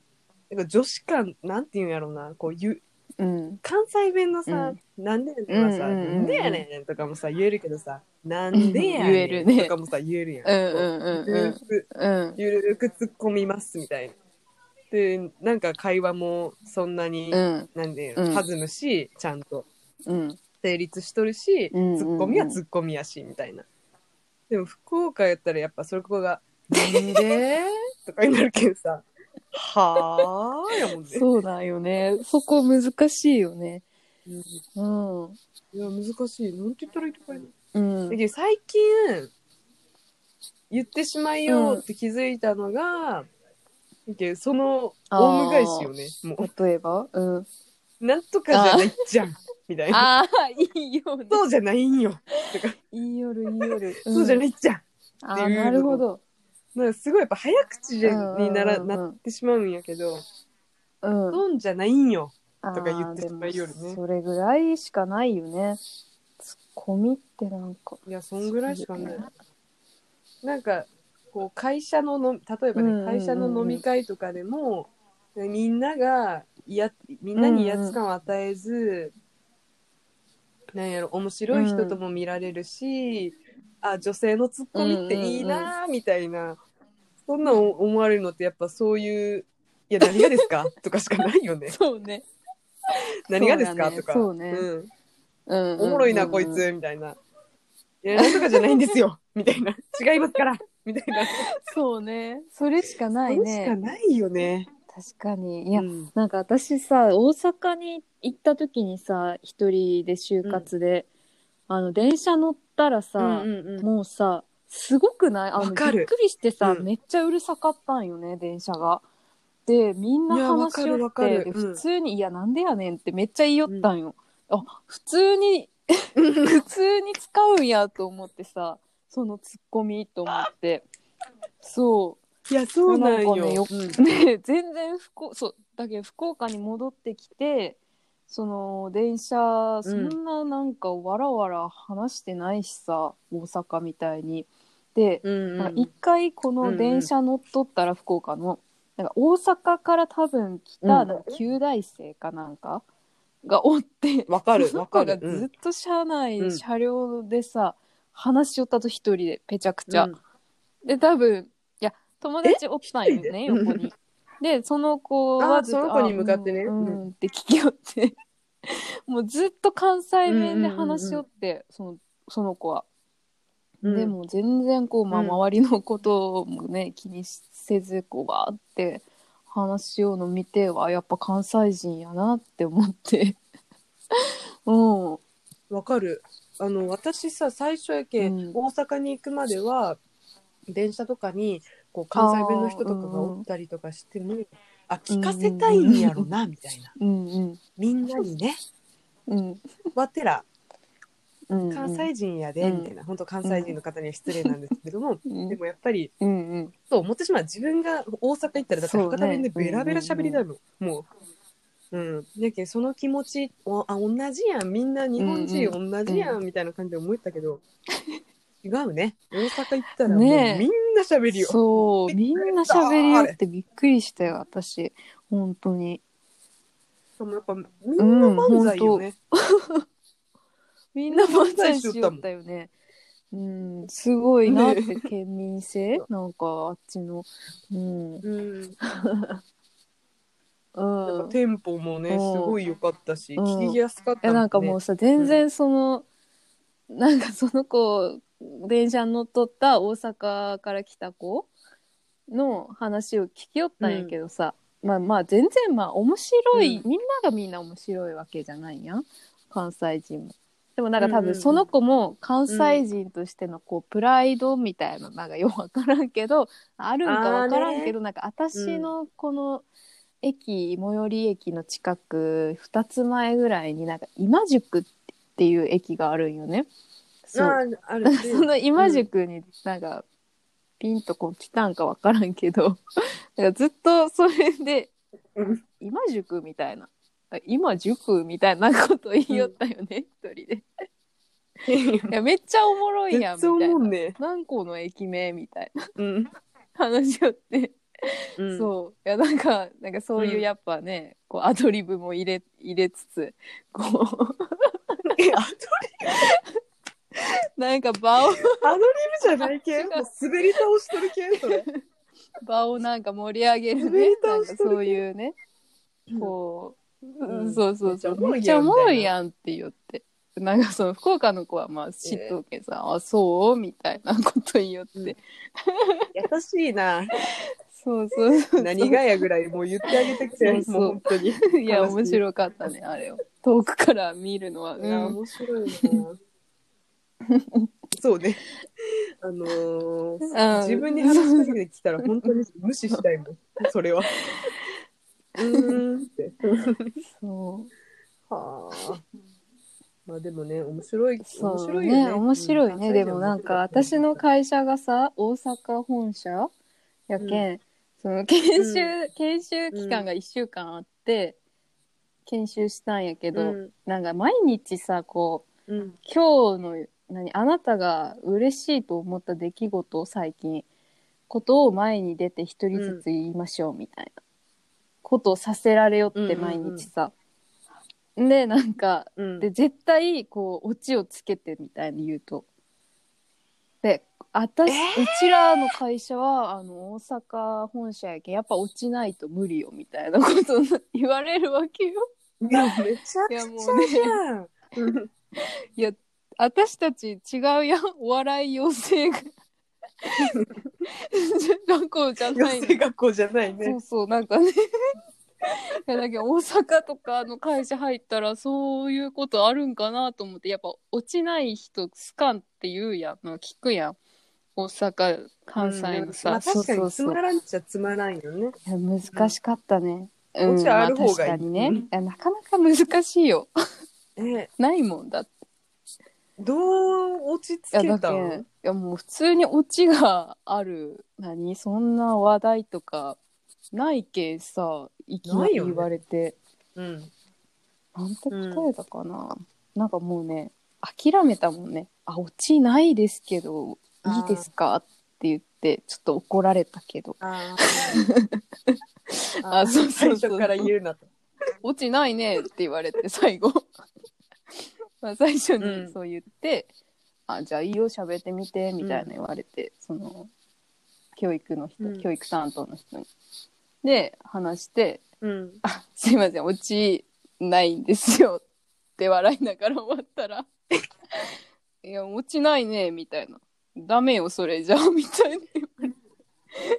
なんか女子感、なんていうんやろうな、こう、ゆ
うん。
関西弁のさ、なんでやねんとかさ、
うんうんうんうん
なんでやねんとかもさ、言えるけどさ、なんでや
言え
ね
る
ん
ね
とかもさ、言えるやん。
うんうんうんうん
ゆるく
うん。
ゆるく突っ込みますみたいな。で、なんか会話もそんなに、
うん。
なんで、
うん
弾むし、ちゃんと
うん。
成立しとるし、
うんうんうん
ツッコミはツッコミやし、みたいな。でも福岡やったらやっぱそれこが、なんでとかになるけどさ、はぁーやもんね。
そうだよね。そこ難しいよね。
うん
うん。う
いや、難しい。なんて言ったらいいとかいいの
ん
だ。けど最近、言ってしまいようって気づいたのが、だけどその、オウム返しよね。もう、
例えばうん。
なんとかじゃないじゃん。みたいな。
ああ、いいよね。
そうじゃないんよ。とか、
いい夜、いい夜。。
そうじゃないいじゃん。
ああ、なるほど。
なんかすごいやっぱ早口で
うんうんうん
にならなってしまうんやけど、
うん。
そうじゃないんよ。
と
か言ってしまうよりね
それぐらいしかないよね。ツッコミってなんか。
いや、そんぐらいしかない。なんか、こう、会社のの、例えば
うんうんうんう
ね、
ん
会社の飲み会とかでも、みんなが、いや、みんなに威圧感を与えず、なんやろ、面白い人とも見られるし、あ、女性のツッコミっていいなぁ、みたいな、そんなん思われるのって、やっぱそういう、いや、何がですか とかしかないよね。
そうね。
何がですか、とか。
そうね
うん
うん。
おもろいな、こい。つ、みたいな。いや、なんとかじゃないんですよ、みたいな。違いますから、みたいな。
そうね。それしかない
それし
ね。
かないよね。
確かに。いや、
うん
なんか私さ、大阪に行った時にさ、一人で就活で、あの、電車乗ったらさ
う、んうんうん
もうさ、すごくないあの、
わ
び
かる
っくりしてさ、
うん
めっちゃうるさかったんよね、電車が。で、みんない
や
話しよ
わ
っ
かる
て、で
わかるうん
普通に、いや、なんでやねんってめっちゃ言いよったんよ。あ、普通 に、普通に使うんやと思ってさ、そのツッコミと思って。そ
いや、そうなん
な
よ。
んかねよ
うん
う。ね全然福岡、そう、だけど福岡に戻ってきて、その電車、そんななんかわらわら話してないしさ、大阪みたいに。で、
うん
なんか
うん
一回この電車乗っとったら福岡の、なんか大阪から多分来たな
う
んんか九大生かなんかがおって
わかる
その
わか
子
る
がずっと車内、
うん
車両でさ話しよったと一人でぺちゃくちゃ、
うん
で多分いや友達おったんよ
え
ね
一人で
横に。 でその子
あ
は
ー
ずっと
その子に向かってね
あう
うんん
うんって聞きよって もうずっと関西弁で話しよって、そのその子は。
うん
でも全然こう、まあ、
うん
周りのこともね、気にせずこうわーって話しようの見てはやっぱ関西人やなって思って うん
わかる。あの、私さ、最初やけ、
うん
ん、大阪に行くまでは、電車とかに、こう、関西弁の人とかがおったりとかしても、あ、聞かせたいんやろな、みたいな。
うんうん
みんなにね、
うん
わて
う
ら、
んうん
関西人やで、みたいな。本当関西人の方には失礼なんですけども、
うん
でもやっぱり、
うんうん
そう思ってしまう自分が大阪行ったらだっ
そ
て
うね
博多弁でベラベラ喋りだもん、もううんだけどその気持ちおあ同じやんみんな日本
う
人同じやん、みたいな感じで思ったけど、違うね大阪行ったらもうみん
ねえ
な喋るよ、
そうみ
びっく
ん
り
な
した
喋りよってびっくりしたよ私本当に
しかもやっぱみんな漫才よね、
みんな漫才しよったよねうんすごいなって、県民性なんかあっちのうん
うんやっ
う
ぱ
ん
テンポもね
う
す
ん
ごい良かったし、
うん
聞きやすかっ
い
た
や
もんね
なんかもうさ全然その、なんかその子電車に乗っとった大阪から来た子の話を聞きよったんやけどさ、まあまあ全然まあ面白い、
う
みんながみんな面白いわけじゃないやん関西人も。でもなんか多
うんうん
分
うん
その子も関西人としてのこうプライドみたいななんかよくわからんけどあるんかわからんけどなんか私のこの駅最寄り駅の近く2つ前ぐらいになんか今宿っていう駅があるんよね。そう
あーあるね
その今宿になんかピンとこう来たんかわからんけど なんかずっとそれで
うん
「今宿」みたいな「今塾」みたいなこと言いよったよね、一人で。いやめっちゃおもろいやんみたい
めっちゃお
な、
もんね
何個の駅名みたいな
うん
話しよって、
うん
そういやなんか なんかそういううんやっぱね、こうアドリブも入れ入れつつこ
えアド
う なんか場を
アドリブじゃない系
違う
もう滑り倒しとる系それ
場をなんか盛り上げる
滑
ね
り
なんか
倒しとるけど
そういうねこう、
うん
うんそうそうそうめ
め
っ
っ
ち
ち
ゃ
ゃ
お
お
も
も
ろ
ろ
い
い
やんって言ってなんかその福岡の子はまあ知っとうけどさ、あそうみたいなこと言いよって、
うん優しいな
そうそうそう
何がやぐらいもう言ってあげてくれ
そうそう
もう本当に
いや
悲しい
面白かったねあれを遠くから見るのは、
いや
うん
面白いなそうねあのー
うん
自分に話しかけてきたら本当に無視したいもんそれはうーんって
そう
はあまあでもね面白い面
そう
白いよね
ね面白いね、
うん
でもなんか私の会社がさ大阪本社やけん、その研修、研修期間が1週間あって研修したんやけど、
うん
なんか毎日さこう
うん
今日の何あなたが嬉しいと思った出来事を最近ことを前に出て一人ずつ言いましょうみたいなことをさせられよって毎日さ、でなんか
うん
で絶対こうオチをつけてみたいに言うと。で私、うちらの会社はあの大阪本社やけんやっぱ落ちないと無理よみたいなことを言われるわけよ。
いやめちゃ
いや
く
も
ち
うね
ゃじゃんうん
いや私たち違うやんお笑い養成 が 学校じゃ
寄
ないの
せ学校じゃない
そ
ね
うそうなんかね いやだけど大阪とかの会社入ったらそういうことあるんかなと思ってやっぱ落ちない人すかんって言うやんなんか聞くやん大阪関西のさ、
うんまあ確かにつ
そうそう
ま
そう
らんっちゃつまらんよね
いや難しかったね、うん
オチはある方が
まあ確か
いい
にね、
うん
いやなかなか難しいよ
え
ないもんだって
どう落ち着
いや
け
だけ
た
ん
ん
いやもう普通にオチがある何そんな話題とかないけんさいきな
ない
り
よね
言われて、
うん
なんて答えたかな、なんかもうね諦めたもんねあオチないですけどいいですかって言ってちょっと怒られたけど
あ
あ
あ
そうそうそう
最初から言うなと。
オチないねって言われ て最後 まあ最初
う
に
ん
そう言って、あじゃあいいよ喋ってみてみたいな言われて、その教育の人、
うん
教育担当の人にで話して
うん。
「すいませんオチないんですよ」って笑いながら終わったら「いやオチないね」みたいな「ダメよそれじゃあ」みたいな。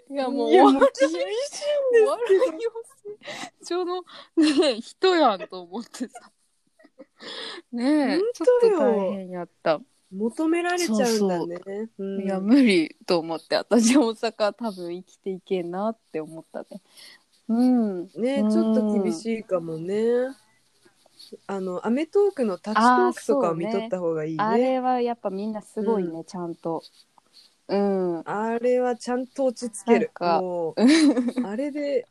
いやもう
いや
終わ
も
り
う
終わりよそのねえ人やんと思ってさねえ
本
ちょ
当
っ
よ
と大変やった、
求められちゃうんだね。うん
いや無理と思って私大阪多分生きていけんなって思ったねうん
ね
うん
ちょっと厳しいかもね。あの、アメトークのタッチトークとかを見とった方がいい
あ
ね。
れはやっぱみんなすごいね、ちゃんとうん
あれはちゃんと落ち着ける。
なんか
もう、あれで、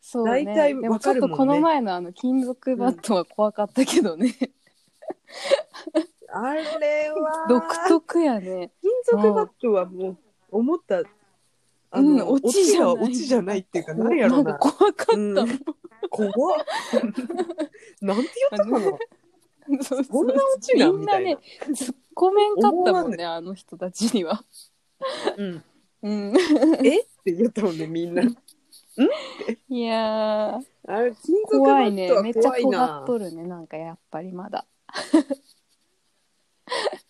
そうね
大体
でも
わ
ちょ
か
っ
るも
と
んね
この前のあの金属バットは怖かったけどね、
あれ は、
独特やね
金属バットはもう、思った、あ
うん
の、
落
落
ち
ち
じゃない
は落ちじゃないっていうか、何やろう
なん
な。
か怖かった、
うん怖っ。 なんて言ったかな
そうそう
こんなオチなん
みん
み
な
たいな
ね。突っ込めんかった
思わ
もん
ん
ねあの人たちには。
うん
うん、
えって言ったもんねみんな。
いやー
あれ金属バ
怖い
ッ
ね
トは
めっちゃ
怖い
尖
な。
っとるねなんかやっぱりまだ。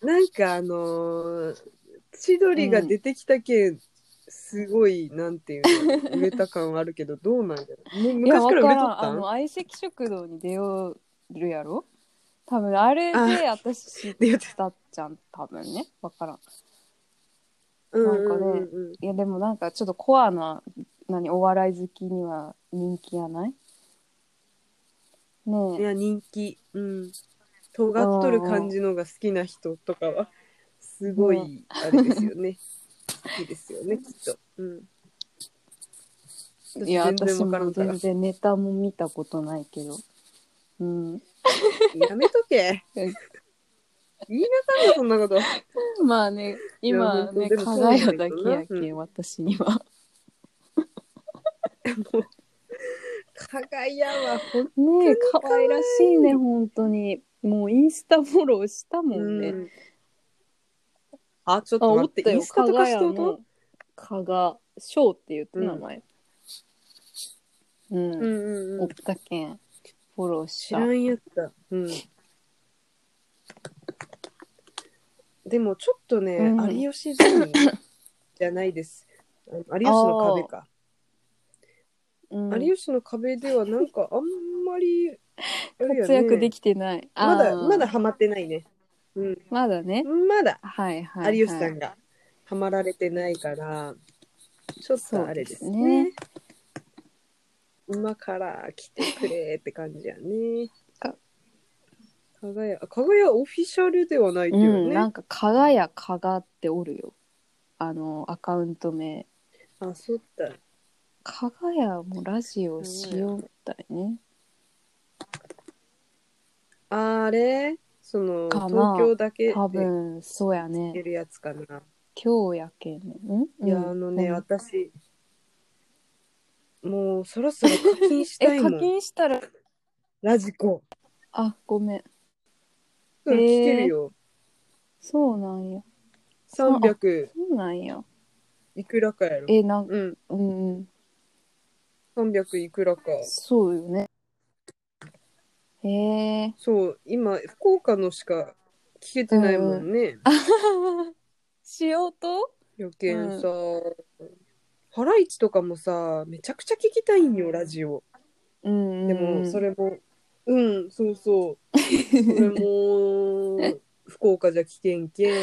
なんかあのー、千鳥が出てきたけ、ん、すごいなんていう の売れた感はあるけどどうなんだろう。もう
いや
昔
わ
か
から
売れと
ら
っ
ん
た
あ
ん
の相席食堂に出よるやろ多分あれで私知っ
で言って
たっちゃん多分ねわからん。
うん
なんかね
うんうん
いやでもなんかちょっとコアな何お笑い好きには人気やないね
いや人気うん尖っとる感じのが好きな人とかはすご
う
いあれですよね 好きですよねきっとうん
えいや
全然
私
わから
も
んから
全然ネタも見たことないけどうん
やめとけ言いなさいよそんなこと
まあね
いや
今
本当
ね
でも
か
そう
が
な
や
んだけど
だ
な
けやけ、、
うん
私には
もう加賀屋はほん
ねえ
当に
可愛らしいね本当にもうインスタフォローしたもんね、
うんあちょ
あ
っと
お
待
っ
って
た
イ
よ
ンスタ
加
とか
賀
し
屋
とうと
の加賀翔って言って
うん
名前うん、
うんうん
お
う
っ
ん
たけんフォローし
知
た
らんやったうんでもちょっとね、
うん
有吉ゼミじゃないですあの有吉の壁か
うん
有吉の壁ではなんかあんまり、あれやね
活躍できてない。
まだ
あー
まだハマってないねうん
まだね。
まだ
はいはい、はい。
有吉さんがハマられてないからちょっとあれですね今から来てくれって感じやね
か
かがやかがやオフィシャルではないけ
う
どね、
ん、なんか、かがやかがっておるよ。あの、アカウント名。
あそうだ
かがやもラジオしようみたいね。
あれその
かな
東京だけで
多分、そうや
やって
ね。
るやつかな、
今日やけんね。ん
いや
うん
あのね、
うん
私もうそろそろ課金し た
え、
いも
課
ん
金したら、
ラジコ
あ、ごめん。
うん
へー
聞けるよ、
そうなんや。
300
そうなんや。
いくらかやろ
え、なん
うん
うんうん。
300いくらか
そうよね。へえ。
そう今福岡のしか聞けてないもんね、
しようと
余計さ、ハライチとかもさめちゃくちゃ聞きたいんよラジオ
うんうん。
でもそれもうんそうそうそれ も福岡じゃ聞けんけん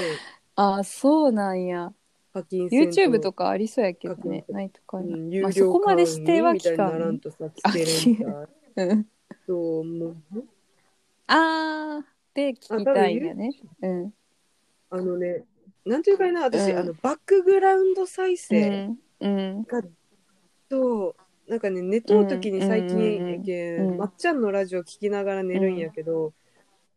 あ、そうなんや。
課金
YouTube
か、
とかありそうやけどね。ないとか
う
に。
ん、有
まあそ
料
こま
会
で
員
指定は
みた
聞
いに
かん
ならんとさ聞けれんから
うん
そうもう
あー、で聞きたいんやね。うん。
あのねなんていうかな私、
うん
あのバックグラウンド再
う
生
ん。うん。
と、なんかね寝とう時に最
うん
近やけ
うん
ん、
うん
まっちゃんのラジオ聞きながら寝るんやけど、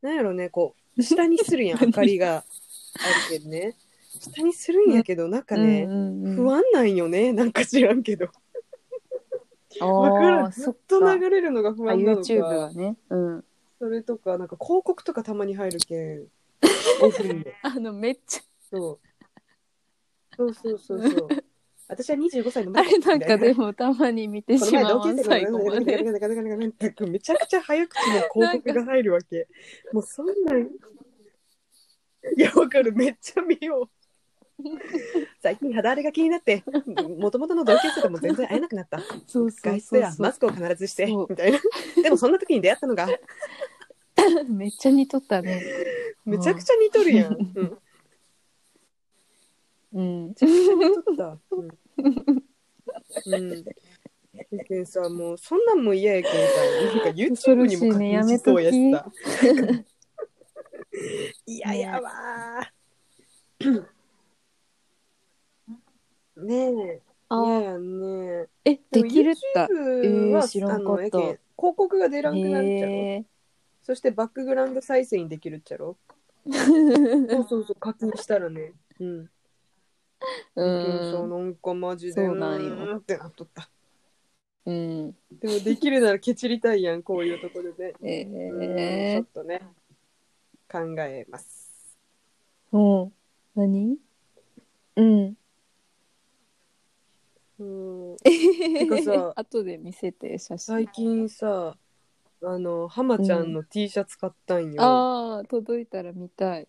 なんやろねこう下にするや ん明かりがあるけどね下にするんやけどなんか
う
ね、
んうんうん、
不安なんよねなんか知らんけどわから
あ
ん
ー、
ず
そ
っ
っ
と
か。
流れるのが不
あ、
安なの
YouTube
か
はね。うん。
それとかなんか広告とかたまに入るけん 5分で
あの、めっちゃ、
そうそうそうそう そう私は25歳の
あ
魔女
れなん
みた
か
い
でもたまに見て
この
しま
前同
う
級生
最後まで。
がめちゃくちゃ早口の広告が入る わけ。もうそんなん。いや、わかる。めっちゃ見よう。最近肌荒れが気になって、もともとの同級生とも全然会えなくなった。
そうそう
外
そ
出
う
やマスクを必ずして、
そう
みたいな。でもそんな時に出会ったのが、
めっちゃ似とったね。
めちゃくちゃ似とる やん。うん、め
うん。
ちゃくちゃ似とった。うん。うんだけどさもうそんなんも嫌やけんさなんか YouTube にも課金しそうやしさ。いややわー。ねえ。
あ
いややね
え、できるった。
YouTube は、
えー知らんかった
あのやけん広告が出らんくなっちゃろ、
へえ。
そしてバックグラウンド再生にできるっちゃろ そうそうそう課金したらねうん
う
そ
ん。
なんかマジで
そうなんよ
ーってなっとった
うん。
でもできるならケチりたいやんこういうところでね、
え
う
え
んちょっとね考えます
うん。何 うん。
うん
て
かさ
後で見せて、写真。
最近さあの浜ちゃんの T シャツ買ったんよ、
あ
あ
あ、届いたら見たい。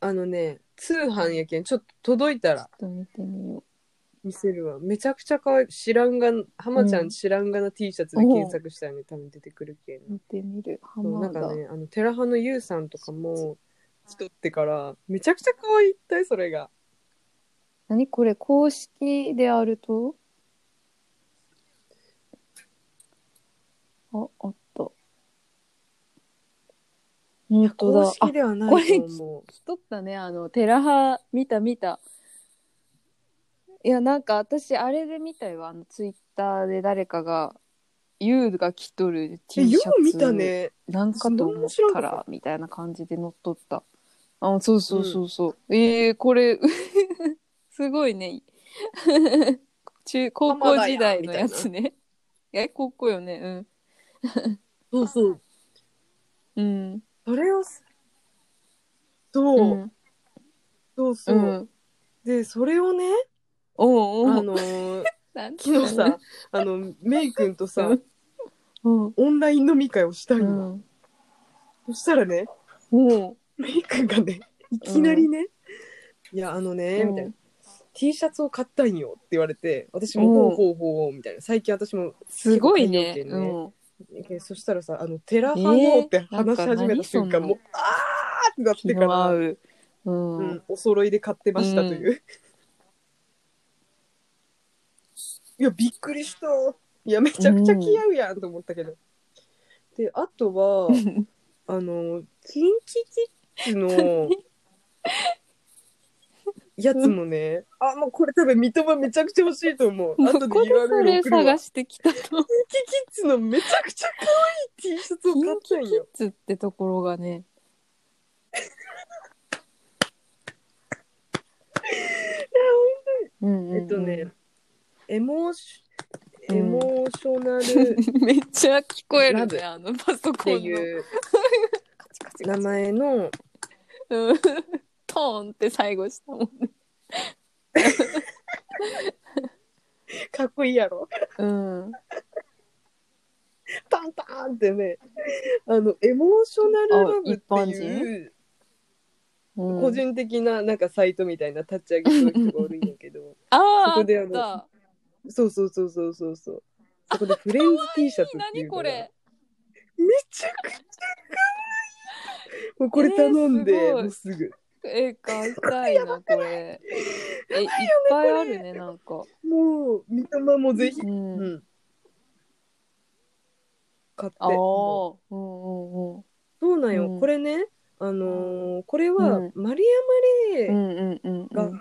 のね通販やけんちょっと届いたら
ちょっと見てみよ
見せるわめちゃくちゃ可愛い知らんが浜ちゃ
うん
ん知らんがな T シャツで検索したらね多分出てくるけん
う。見てみる。ハ
そう
マ
な
ー
ん
だ。
かねあの寺派のゆうさんとかも作ってからめちゃくちゃ可愛いったいそれが
何これ公式であるとあ、あった。本当
公
だ。あ
式、ではないと思う。
来とったね。あの、テラハ、見た見た。いや、なんか私、あれで見たよ。あの、ツイッターで誰かが、ユウが着とる
え、
T シ
よ
ャツ。
う見たね。
なんかと思ったら、みたいな感じで乗っとった。あ、そうそうそうそう。えー、これ、 すごいね。中、高校時代のやつね。え、高校よね。
そうそう。
うん。うん。
それをす、そう、
うん。
そう
う
そう、
ん。
で、それをね、
おうお
あ
う。
のー、
なんていう
昨
の
日さ、あの、メイ君とさ、
うん。
オンライン飲み会をしたん
う
よ。
ん。
そしたらね、
うん。
メイ君がね、いきなりね、いや、あのね、みたいな。T シャツを買ったんよって言われて、私も
うん
ほうほうほうみたいな。最近私も、
すごいね。
結
う
構買いよ
ん。
えそしたらさ、あの、テラハ
え
の
ー
って話し始めた瞬間、
なんか何そんな
もう、あーってなっ
気
てか
の合
ら、
う。う
うん ん。、お揃いで買ってましたという。 いや、びっくりした。いや、めちゃくちゃ気合うやんと思ったけど。で、あとは、あの、キンキキッ ズの、やつもね、あ、もうこれ多分、三笘めちゃくちゃ欲しいと思う。
も
あ
う
と
こ
で
こでそ
URL 送る
れ
わ。キン
探してきたと。
キキッズのめちゃくちゃ可愛い T シャツを
キ
買っ
ンキキ
たん
ッ
よ。
ズってところがね。うんうんうん
えっとね、エモーシエモーショナルっ
めっちゃ聞こえる
ラブ
ね、あのパソコ
て
ンの。
いう
カチカチカ
名
チ
前の、
うんトーンって最後したもんね。
かっこいいやろ。
うん。
パンパンってね、あの、エモーショナルラブっていう、
うん
個人的ななんかサイトみたいな立ち上げする人がおるんやけど、そ
ああ、あ
こ
っ
であの
た。
そうそうそうそうそうそう。そこでフレンズ T シャツってい
何
うの
こ
がめ
れ
ちゃくちゃ可愛いもうこれ頼ん
えー
で、
すごい
もうすぐ。
え、買いたい な、これ。え、いっぱいあるね、なんか。
もう、三笘もぜひ
う、。
うんん。買って。
ああ、
も
うんうんうん。
うそうなんよ、
うん
これね、あのーこれは
うん、
丸山
う
礼
んうんうんう
が
ん。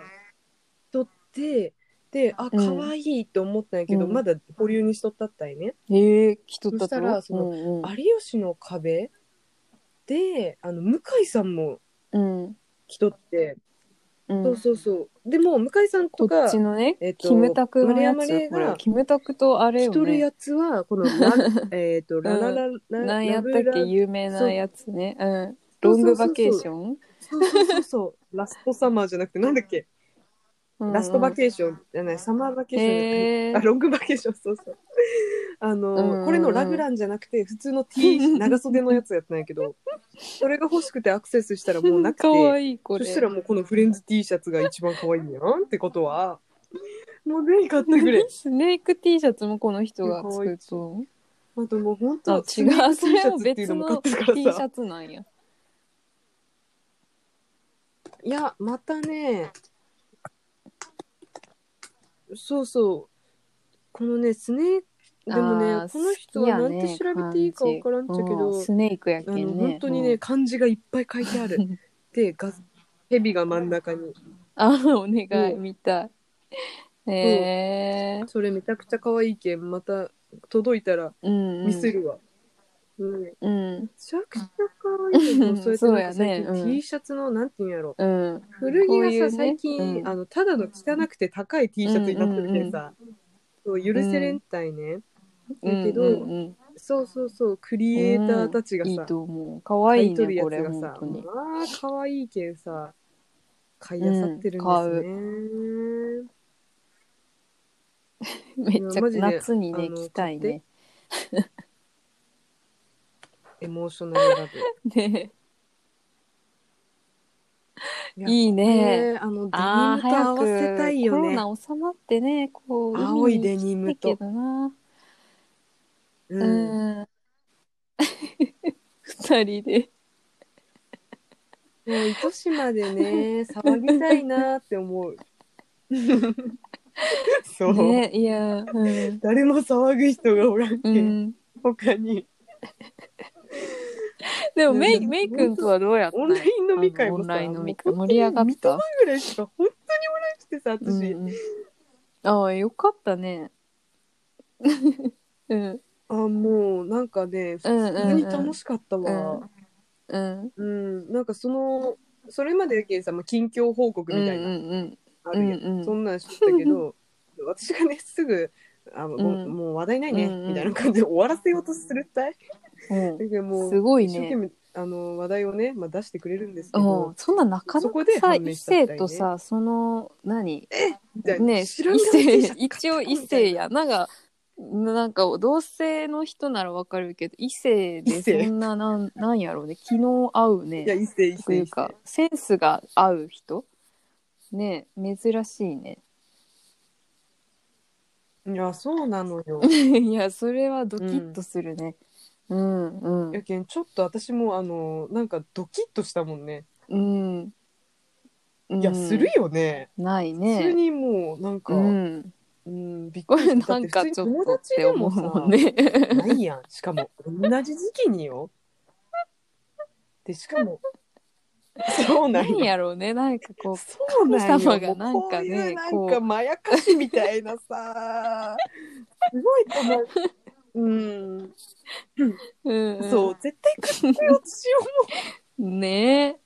撮って、で、あ、
うん
可愛いって思ったんやけど、
うん
まだ保留にしとったったいね。
ええ、来とったと
そしたらその
うんうん
有吉の壁であの向井さんも
うん。
来とって、
うん
そうそうそうでも向井さん
ことっ
か
ちのね、
えっと
キムタクのや
丸山礼
つ、こ
が
れ。キムタクとあれ
来
よ
とる
ね。
やつは このラえっとララララ
なんや
ラ
っ
ブ
た
ラ
っけ、有名なやつね。うん。
そう
ロングバケーション
そうそうそうそうラストサマーじゃなくてなんだっけ、
うんうん
ラストバケーションじゃないサマーバケーションじゃない、
へー
あロングバケーションそうそうあの、
うんうん
これのラグランじゃなくて普通の T 長袖のやつやったんやけどそれが欲しくてアクセスしたらもうなくて
かわいい、こ
そ
れ。
したらもうこのフレンズ T シャツが一番可愛いんやんってことは、もう何買ってくれ。
スネーク T シャツもこの人が作ると。
あともう
あ
本当、
違う、それは
T シャツってい
別
うのも
の
買
T
っ
シ
てるからさ
ャツなんや。
いや、またね、そうそう、このね、スネーで
あ
もね
ー、
この人はなんて調べていいか分からんっちゃけ
好きやね感じう
ど、
んスネークやけ
あ
んね。
の本当にね、
うん
漢字がいっぱい書いて ある。で、ガ蛇が真ん中に。
あ、お願い、
うん
見たい。えー、
それめちゃくちゃ可愛いけん、また届いたら
うん。
見せ。るわ。うん
うん。
めちゃくちゃ可愛いよ。それとなんか
そうや
最
ねう
近
ん
T シャツの、なんていうんやろ。
うん。
古着
こ
が
う
さ、
いうね
最近、
うん
あの、ただの汚くて高い T シャツになってるけどさ、そう許せれんたいね。
うん
だけど、
うんうん
そうそうそう、クリエイターたちがさ、
いいと思う。かわ
買
い
い
い
取る
ね、
や
これ、
つが
本
さ、
当に。
まあ、可愛いけんさ、買いあさってるん
めっちゃ
マジで
夏にね、
あの
着たいね。
ですね。エモーショナルラ
ね
ブ。
いいね。
ねあの、デニムと
ああ、
合
早
わせたい
くコ
よ
ロ
ね。
ナ収まってね、こう、
青い
海に
デニム
行きたい
と
け。どな。
う。
うんん。 二人 で。
もう糸島でね、騒ぎたいなって思う。そう、
ねいや、うん
誰も騒ぐ人がおらんけ、、
うんん、
他に
でもメ
う
イ
ん
メイ君とはどうやった
オンライン飲み会もさ
あのオンライン飲み会
も
盛
う本当に
り上がっ
三
た
笘ぐらいしか本当におらんくてさ私、
うんうんああよかったね うん
あもうなんかね普
うんうんうん
通に楽しかった
う
わ、
んうん
うんなんかそのそれまでやけんさ、まあ、近況報告みたいな
う
の
んうん
あ
う
る
ん
やん、
うん
そんなんしてた けど私がねすぐあもう、
うん
もう話題ないね、
うんうん
みたいな感じで終わらせようとするったい
うん
だけどもう
すごい
一生懸
ね
命あの話題をね、まあ、出してくれるんですけ
う
ど
ん、そんななかな
そこ
か
で
さ
判明
異
したみたい
性
ね
とさその何
みたいな
ね異
知らん顔
性
してた
一応異性やなんかなんか同性の人ならわかるけど異性で
異性
そんななんなんやろうね気の合う
いや
ね
異性異
と
性
い
異
うか
性
センスが合う人ね珍しいね
いやそうなの よ
いやそれはドキッとするねうんうん
やけんちょっと私もあのなんかドキッとしたもんね
うんうん
いやするよね、
ない
普通
ね
にもうなんか、
うん
うん、びっ
こ
くり
れ
し
な
た
んかちょっと
だ
って
普通
て
に
思う もん
友達
ね
でもさないやんしかも同じ時期によでしかもそうなん
何
よ
やろうね なんかこう
そうなんよ
神様がなんかね
もうこういうなん
こ
か
う
まやかしみたいな さすごいこのうん
うんん
そう絶対活用しよ
ね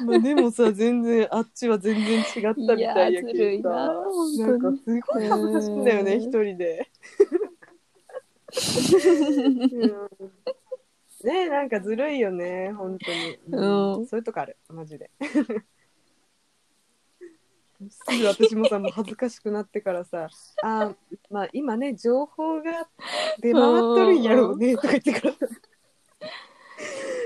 うもんまあでもさ全然あっちは全然違ったみたいや
いやずる
け
い
ど
な
さな
本
ん
当
か
に
すごい恥ずかしいんだよ
う
ね
ん
一人 で。うんねえなんかずるいよね本当に、
うん
そういうとこあるマジですぐ私もさもう恥ずかしくなってからさ「あまあ今ね情報が出回っとるんやろうね」とか言ってからさ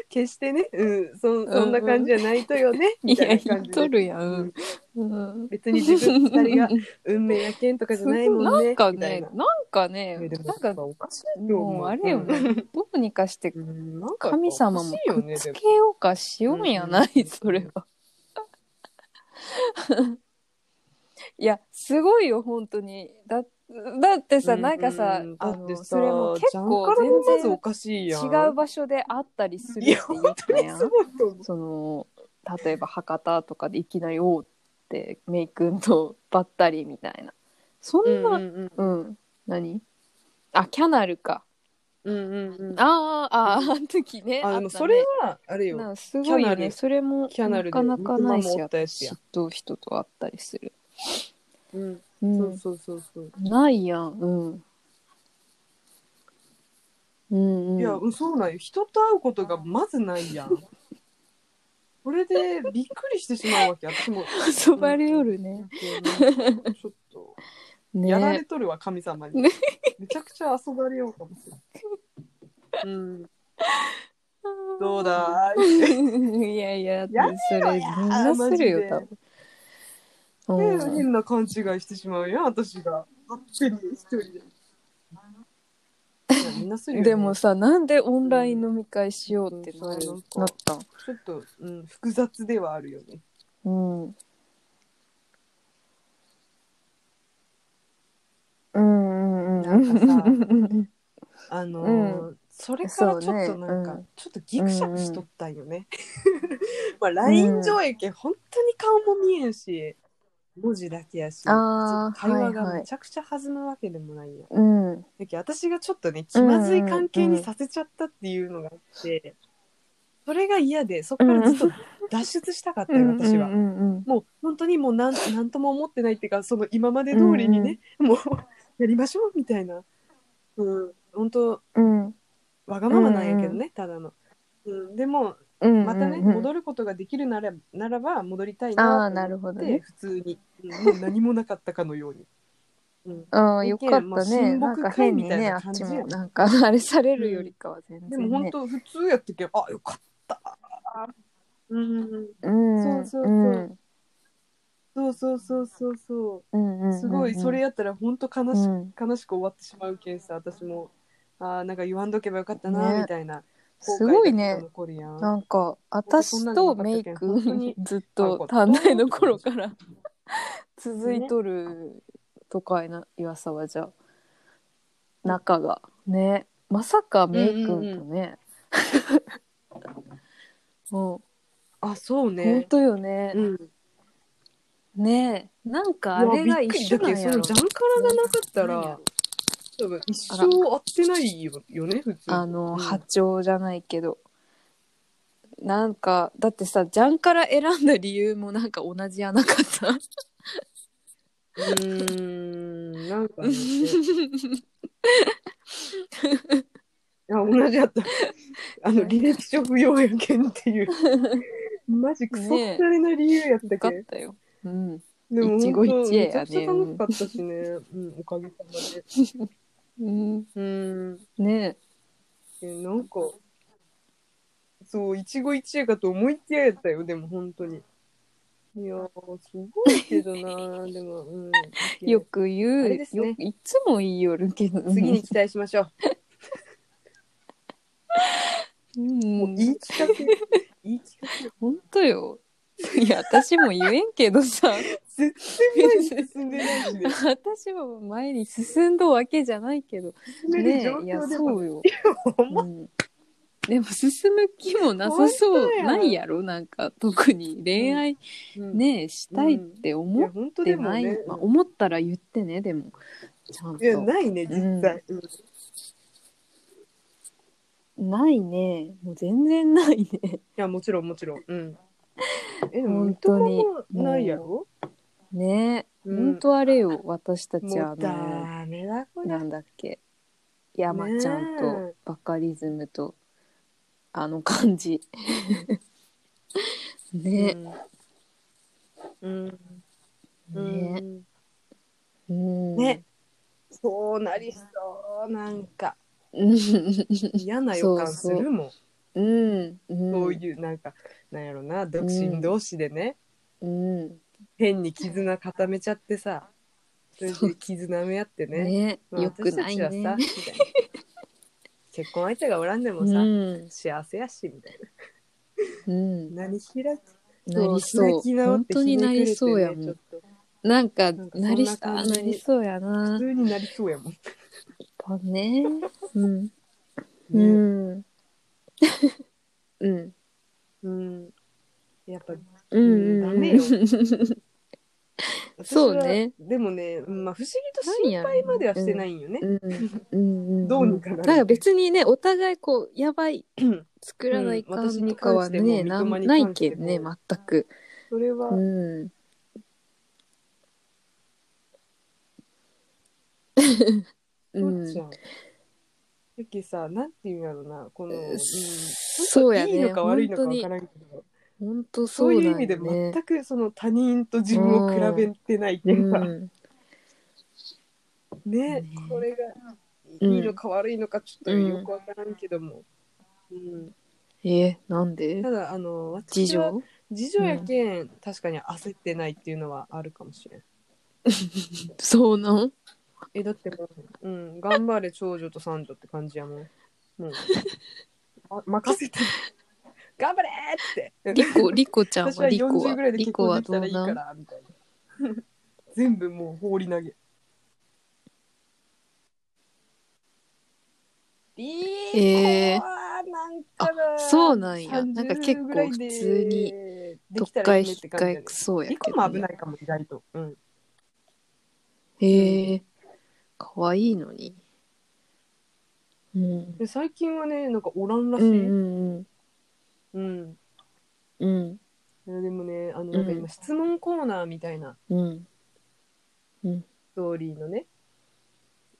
決してね、うん、そそんな感じじゃないとよね、
い
みた
や
いな
言っ
感じで
とるやん、うん、
別に自分二 人が運命やけんとかじゃないもんね
なんか
みたい
ねなん
な
か
い
ね
やでも
なんか
おかしいよ
もうあれよね、どうにかして
うんなんかやっぱ
神様も
おかしいよ
く
ね
っつ
でも
けようかしようんやない、
うん
それは。 いやすごいよ本当にだだってさ、なんかさ,、
うう
あ
だって
の
さ
それも結
ジャンカ
構
ラの数お
全
かしいやん
然違う場所であったりするって
いや
言った
本当
や
に
ん
す。ごいと思う
その例えば博多とかでいきなり「おう」ってメイ君とばったりみたいなそんな、
う
うんん
うん
何あキャナルか
うんうんうんあ
あー あーあの時ねっ
でも
たね
それはあれよ
なすごい
キャナ
よ
ル
ねそれも
キャナ
な
ルで
かなかないし
肉まんもおったやつや
私と人と会ったりする、
うん
う、
そうんそうそうそう
ないやんうんうんうん
いやうんそうなんよ人と会うことがまずないやんこれでびっくりしてしまうわけ私 も
遊ばれよるね
ちょっと
ね
やられとるわ神様に
ね
めちゃくちゃ遊ばれようかもしれないうんどうだー い
いやいや
や
それみんなするよ
マジ
多分、
で
うん、
変な勘違いしてしまうやん私がばってり一人でいやみんなするよ、ね、
でもさなんでオンライン飲み会しようってなる、
うん
なったん
ちょっと、うん、複雑ではあるよね
うんうんうんうん
なんかさ
うん
あのーそれからちょっとなんか、
そうねうん
ちょっとギクシャクしとったんよね、 まあ LINE 上映系本当に顔も見えんし文字だけやし
あー
会話
はい
が
はい
めちゃくちゃ弾むわけでもないやん、
うん
だけど私がちょっとね気まずい関係にさせちゃったっていうのがあって、それが嫌でそこからずっと脱出したかったよ、私は
う。んうんうん
もう本当にもうなんなんとも思ってないっていうかその今まで通りにね、もうやりましょうみたいな、うん、本当
うん
わがままなんやけどね、ただの、うん、でも
うんうん
またね、
うん
戻ることができるならならば戻りたい
ああな
なと
るほ
思
ど
って
ね
普通に、うんもう何もなかったかのように、うん、
ああよかっ
意見も
たね
親睦
なんか
会
変
み
に
たい
ね
な
あっ
感じ
ち
やね
もなんかあれされるよりかは全
で
然
も本
ね
当普通やってけばあよかったうん
うん
そうそうそう
うん
そうそうそうそうそ
うんうんう
うんすごいそれやったら本当悲しく
うん
悲しく終わってしまうけんさ私もあーなんか言わんどけばよかったな、
ね
みたいな
すごい
後悔が
ね
残るやん
なんか私とメイ
本当そんなのなかったけ
君
ん
ずっ
あよ
と
かった
短大の頃から 続いとるとかいな岩沢じゃ仲がねまさかメイ君とね、 も
あ、そ
う
う
本
ね。
当よね、
うん。
ねえなんかあれが一緒なんや
うわび
ろ
っくりだけどそのジャンカラがなかった
なんや
ら
ろ、
多分一生合ってないよよね、普通。
あ
うん
の波長じゃないけど、なんかだってさジャンから選んだ理由もなんか同じやなか った
うーん、なんかね、あ同じやった。あの、履歴書不要やけんっていう。マジクソくだれな理由やったけ
よか
ど。
ったようん
でも
一
本
期
当
一会
めち
やね
ゃくちゃ楽しかったしね。うん、おかげさまで。
うん
うん。
ね
え、なんか、そう、一期一会かと思いきややったよ、でも本当に。いやー、すごいけどなー、でも、うん。
え よく言
あ
う、
れですね
よくいつも言いよるけど
次に期待しましょう。
うん、
もう言い聞かせ、言い聞かせ。
ほんとよ。いや、私も言えんけどさ、
全然前に進んでないしね。
私も前に進んだわけじゃないけど。
進める
ね
状
え、いや、
況でも
そうよ。
ほんま
うん、でも、進む気もなさそ
ほんと
う、
や
ないやろなんか、特に恋愛
うん
ねえ、したいって
い
思
や
っ
本当
て
でも
ない、
ね。
まあ、思ったら言ってね、でも。ちゃん
いや、
と。
ないね、実際。うん
ないね。もう全然ないね。
いや、もちろん、もちろん。うん。え、でも、
本
本
当
当
に
にないやろ
ねえ、
う
ほん
ん
とあれよ、私たち
も
は
う
ね。
ダメだ、これ
な。んだっけ山ちゃん
ね
とバカリズムとあの感じ ね
うん。うん。
ね
ね。
うん
ねそうなりそう。なん か、
うん
嫌な予感す
そうそ
るもん。
うんうん
そういう、なんか、なんやろな、独身同士でね、
うん
変に絆固めちゃってさ、それで絆め合ってね。
ね
まあ
よくないね
私たちはさみたいな結婚相手がおらんでもさ、
うん
幸せやしみたい
うん
な何開き
なりそう本当になりそうやもんなんか
なんか
なり
そんな
あ
感じ
なりそうや
普
なやっ
通になりそうやもん、
ぱねうんう
ね
ん うん
うんやっぱ
うんうん
ダメよ
そうね
私はでもね、まあ、不思議と
何
心
やろ
配まではしてないんよね、
うんうんうん
どうにかなる
なんか別にねお互いこうやばい
うん
作らないか
うん私
ん
に
とか
関
は
して
ね、
も
な
三笘
ん
に
な
関
い
しても
けどね全く
それは、
うん
そう
う
じゃんさっきさなんていうんやろなこの、うん
ん、そうやね
いいのか悪いのか
本当
わ
に
からんけど
本当
そ
そうう
い
だよ
う意味で
ね
全くその他人と自分を比べてないっていうか、
うん
ね
ね
これが
うん
いいのか悪いのかちょっとよくわからんけども、うん
えなんで
ただあの
事
私は
情
自助やけん、確かに焦ってないっていうのはあるかもしれん
そうなん
えだってもう、うん、頑張れ長女と三女って感じやもんも うあ任せて頑張れーって
リコリコちゃん
私
は
は
リコは
40ぐらいで
リ
結
コ
婚
は
でき
ど
た
う
らいい
な
か
ん
らみたいな全部もう放り投げ
えー
なんかな
あそうなんや
30
なんか結構
ぐらいで
普通に
で
どっ
きた
から
い
い
いね
ひ
って
っ
感じ
か
や
い
ね
くそうや
リ
け
コ
ど
も危
ね
ないかも意外と、うん、
へえ可愛いのにうん
で最近はねなんかおらんらし
う
い、
ん
うん
うんうん
いやでもねあのなんか
う
今質問コーナーみたいな
うん
ストーリーのね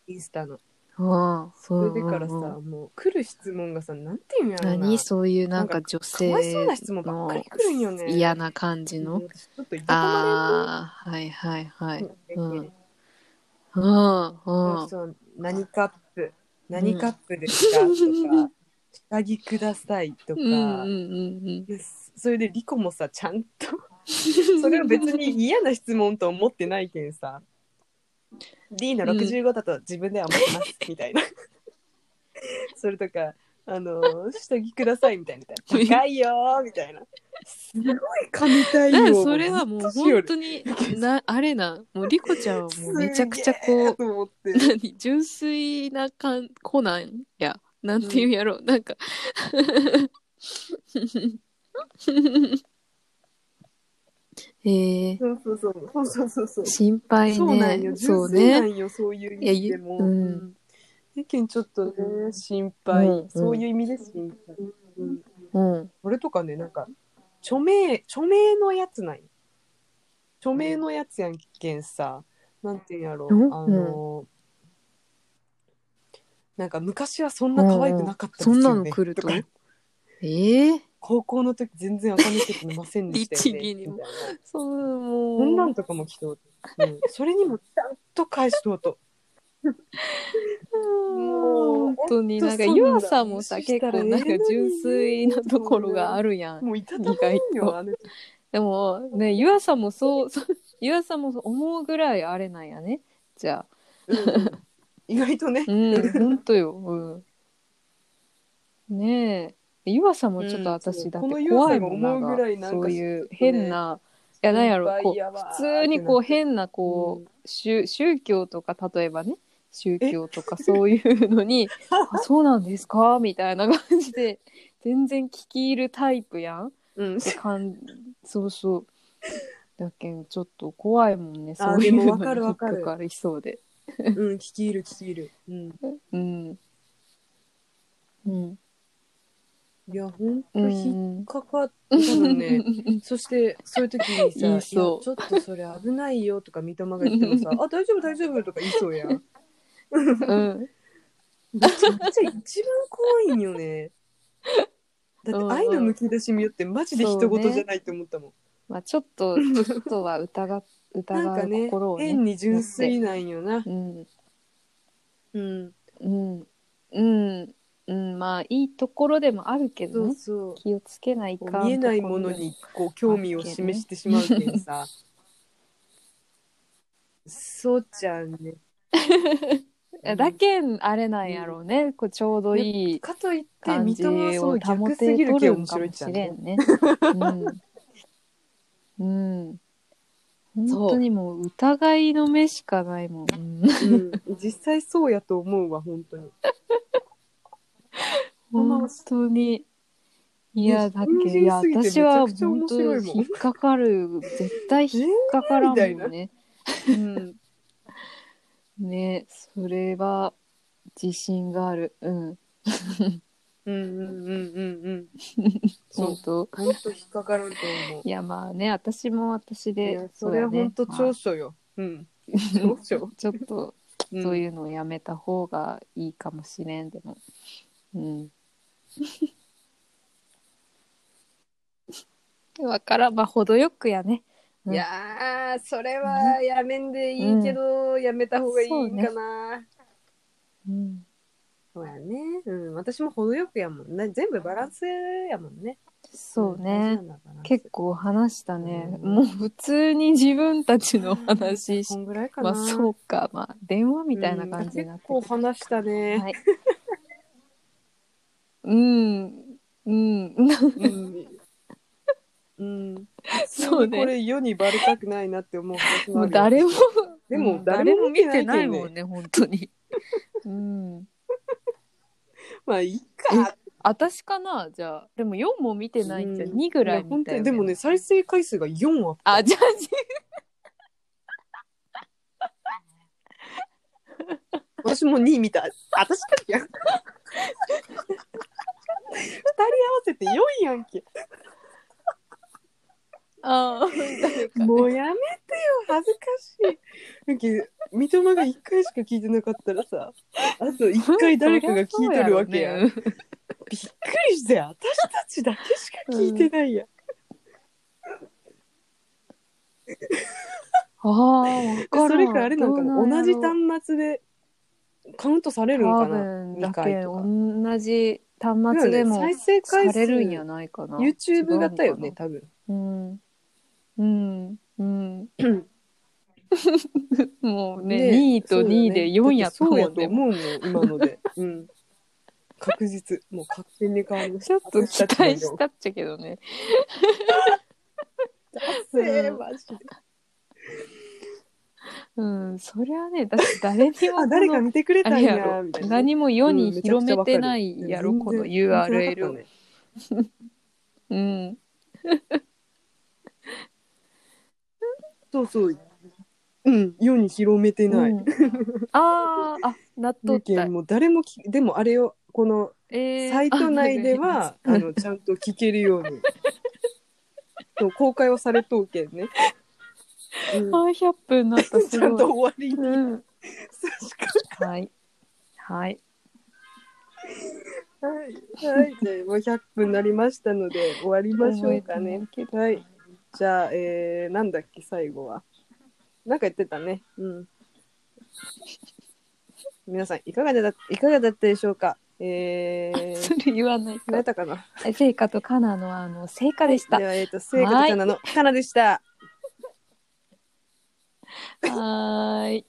インスタの
ああそ
そうれでからさ、
うんうん
もう来る質問がさなんていうんやろな
何そういうなんか女
かわいそう
性
な質問ばっかり来るんよね
嫌な感じの、
うん私ちょっといたた
ああはいはいは
ま
い
れ
うんん
と
うんうん
そう何カップ何カップですか、とか 下着くださいと
う
か、
んうん
でそれでリコもさちゃんと それは別に嫌な質問と思ってないけんさ D の65だと自分では思いますみたいな それとかあの、下着くださいみたいな。高いよーみたいな。すごい神対
だから
応。
それはもう本当になあれなもうリコちゃんはもうめちゃくちゃこう
と思って。
何純粋なかんコナンやなんていうんやろう、なんか えー、
そうそうそう。そうそうそうそう。
心配ね
そうなんよ。
そ
そううね。な
ね
んよ、そういう
い
意
や
味
ゆ
でも。
うん
うん世間ちょっとね、心配。
うんうん
そういう意味で心配。うん
うん
俺とかね、なんか、著名、著名のやつなんよ著名のやつやんけんさ、なんていうんやろ、
うん
あの、なんか昔はそんな可愛くなかったです
そ
よ
ん
ね。
なの来るとえー、
高校の時全然赤身席いませんでしたよ ね。
律儀にも
みたいな
そう
こんな
も
ん
う
とかも来とうて、うん、それにもちゃんと返しとう と。もう
本当になんか
ほんとそう
湯
なんだ
浅もさ結構なんか純粋なところがあるやん
もういたたまれんよ、あの人
でもね、湯浅もそう、そう湯浅もそう思うぐらいあれなんやね。じゃあ。
うん意外とね
う。ん、 ほんとよ。うん。ねえ。湯浅もちょっと
う
私
ん
だっ
この
て
湯
怖
浅
い
が
もん
思うぐらいなんか
そういう
ちょっとね
変な、いや、なんやろ、こ
心配や
う
わ、
普通にこう
って
変な、こう、
うん
宗宗教とか、例えばね、宗教とかそういうの に、あ、そうなんですかみたいな感じで、全然聞き入るタイプやん。
なって、
かんそうそうだけんちょっと怖いもんね
あー
そういうの
でもわかるわかる
に引っかかりそうで
うん、うん、聞き入る聞き入る。うん。
うんうん
いや、ほんと
う
引
ん
っかかった のね。そして、そういう時にさ、
言いそう
やちょっとそれ危ないよとか、三笘が言っ てもさ、あ、大丈夫、大丈夫とか言いそうやん。
うん
めちゃくちゃ一番怖いんよね。だって愛のむき出しによってマジで人事じゃないと思ったもん。
まあちょっとちょっとは疑っ
なん
疑
か
う
ね
心をね
変に純粋なんよな。
うん
うん。
うんうんうんまあいいところでもあるけ
そ
ど
う
ね
そう。
気をつけない
こ
か
うん見えないものにこう興味を示してしまうけんさ。そうち ゃんね。
うんだけんあれなんやろうね、こうちょうどいい
かといって
感
三
じ
笘はそ
を
の
保
逆
て
すぎる
と
けん
るん
面
か
白い
も
っち
し
ゃん
れ
ね。
んね。うん。うん。本当にもう疑いの目しかないもん。うん
うん、実際そうやと思うわ本 当に。
本当に。いや、だっけ、い
新
や、
人すぎてめ
私
ちゃ
は
くちゃ
本
面
当
白いもん
引っかかる。絶対引っかからんもんね。
うん、
ね、それは自信がある。うん。
うんうんうんうんうん。そう
本当。
本当引っかかると思う
い。や、まあね、私も私
い
で
や、それは
うやね
本当
ま
長
あ
所よ。うん。長 所。
ちょっと。
ん
そういうのをやめた方がいいかもしれんでも。 うん。わからん、まあ、程よくやね。
いやー、それはやめんでいいけど、やめた方がいいんかな。
うん。
そうやね。うん、私も程よくやもんね。全部バランスやもんね。
そうん
大事
ね
な。んだバランス
結構話したね。
うん
もう普通に自分たちの話
こ
し、
んぐらいか
ま
な。
あそうか、まあ電話みたいな感じになって
うん結構話したね。
はい。うん。うん。
うん。うん、
そうね
これ世にバレたくないなって思う話も
も
あ
う
る
誰も、
で
う
も
ん
誰も見
誰も見て
てな
ない
い
も
も
ん
ん
ね、本当に。うん。
まあいいか
私かなじゃあでも4も見てないんじゃん
うん
2ぐらい
や
見
本
た
当
よ、
に
ね、
でもね再生回数が4は
あじゃあ
私も2見た私だけやん2人合わせて4やんけ
あー誰か
もうやめてよ恥ずかしいなんか三笘が1回しか聞いてなかったらさあと1回誰かが聞いてるわけやん
そりゃそう
びっくりして私たちだけしか聞いてないやん、
ろねうんあーわからん
それかあれなんか
どう
な同
んや
じ
ろ
端末でカウントされるん
多
かな
分
二
だ
回
け
と
ん同じ端末でも
再生回
さ
数
れるんやないかな
YouTube 型よね多分
うんうんうん
うん
もうね2位と2位で4やった
そう
も
や
ん
と
ね
思うもん今ので、うん、確実。もう確信に変わりまし
ちょっと期待したっちゃけどね。
た。えー、マジで。
うん、そりゃね、だって誰にもこ
あ、
の
誰か見てくれた
あ
ん
れや
や、
ろ
みたいな。
何も世に
うんめちゃく
広
ちゃ
め
わかる
てないやろ、
うん
この
全然わかんな
URL
かっ
を
た。ね
うん。
そうそう。うん、世に広めてない。
うんあーあ、納
意
豆った
見。も誰もき、でもあれを、この
えー
サイト内では、あの、ちゃんと聞ける ように。そう、公開はされとうけん ね。
あ、
う
100分になった、
ん、
す
ちゃん
ご
と
い。
終わりに。
うん、
確
はい。はい。
かに。はい。はい。じゃあもう100分になりましたので、終わりましょうかね。はい。じゃあ、えー、なんだっけ、最後は。なんか言ってたね。うん。皆さん、いかがだ、いかがだったでしょうか。え ー
そ、れ言わない
なれ
と。
たかな。
成果とカナのあの、成果でした
で。は、えっ、と、聖子とかなの、かなでした。
はーい。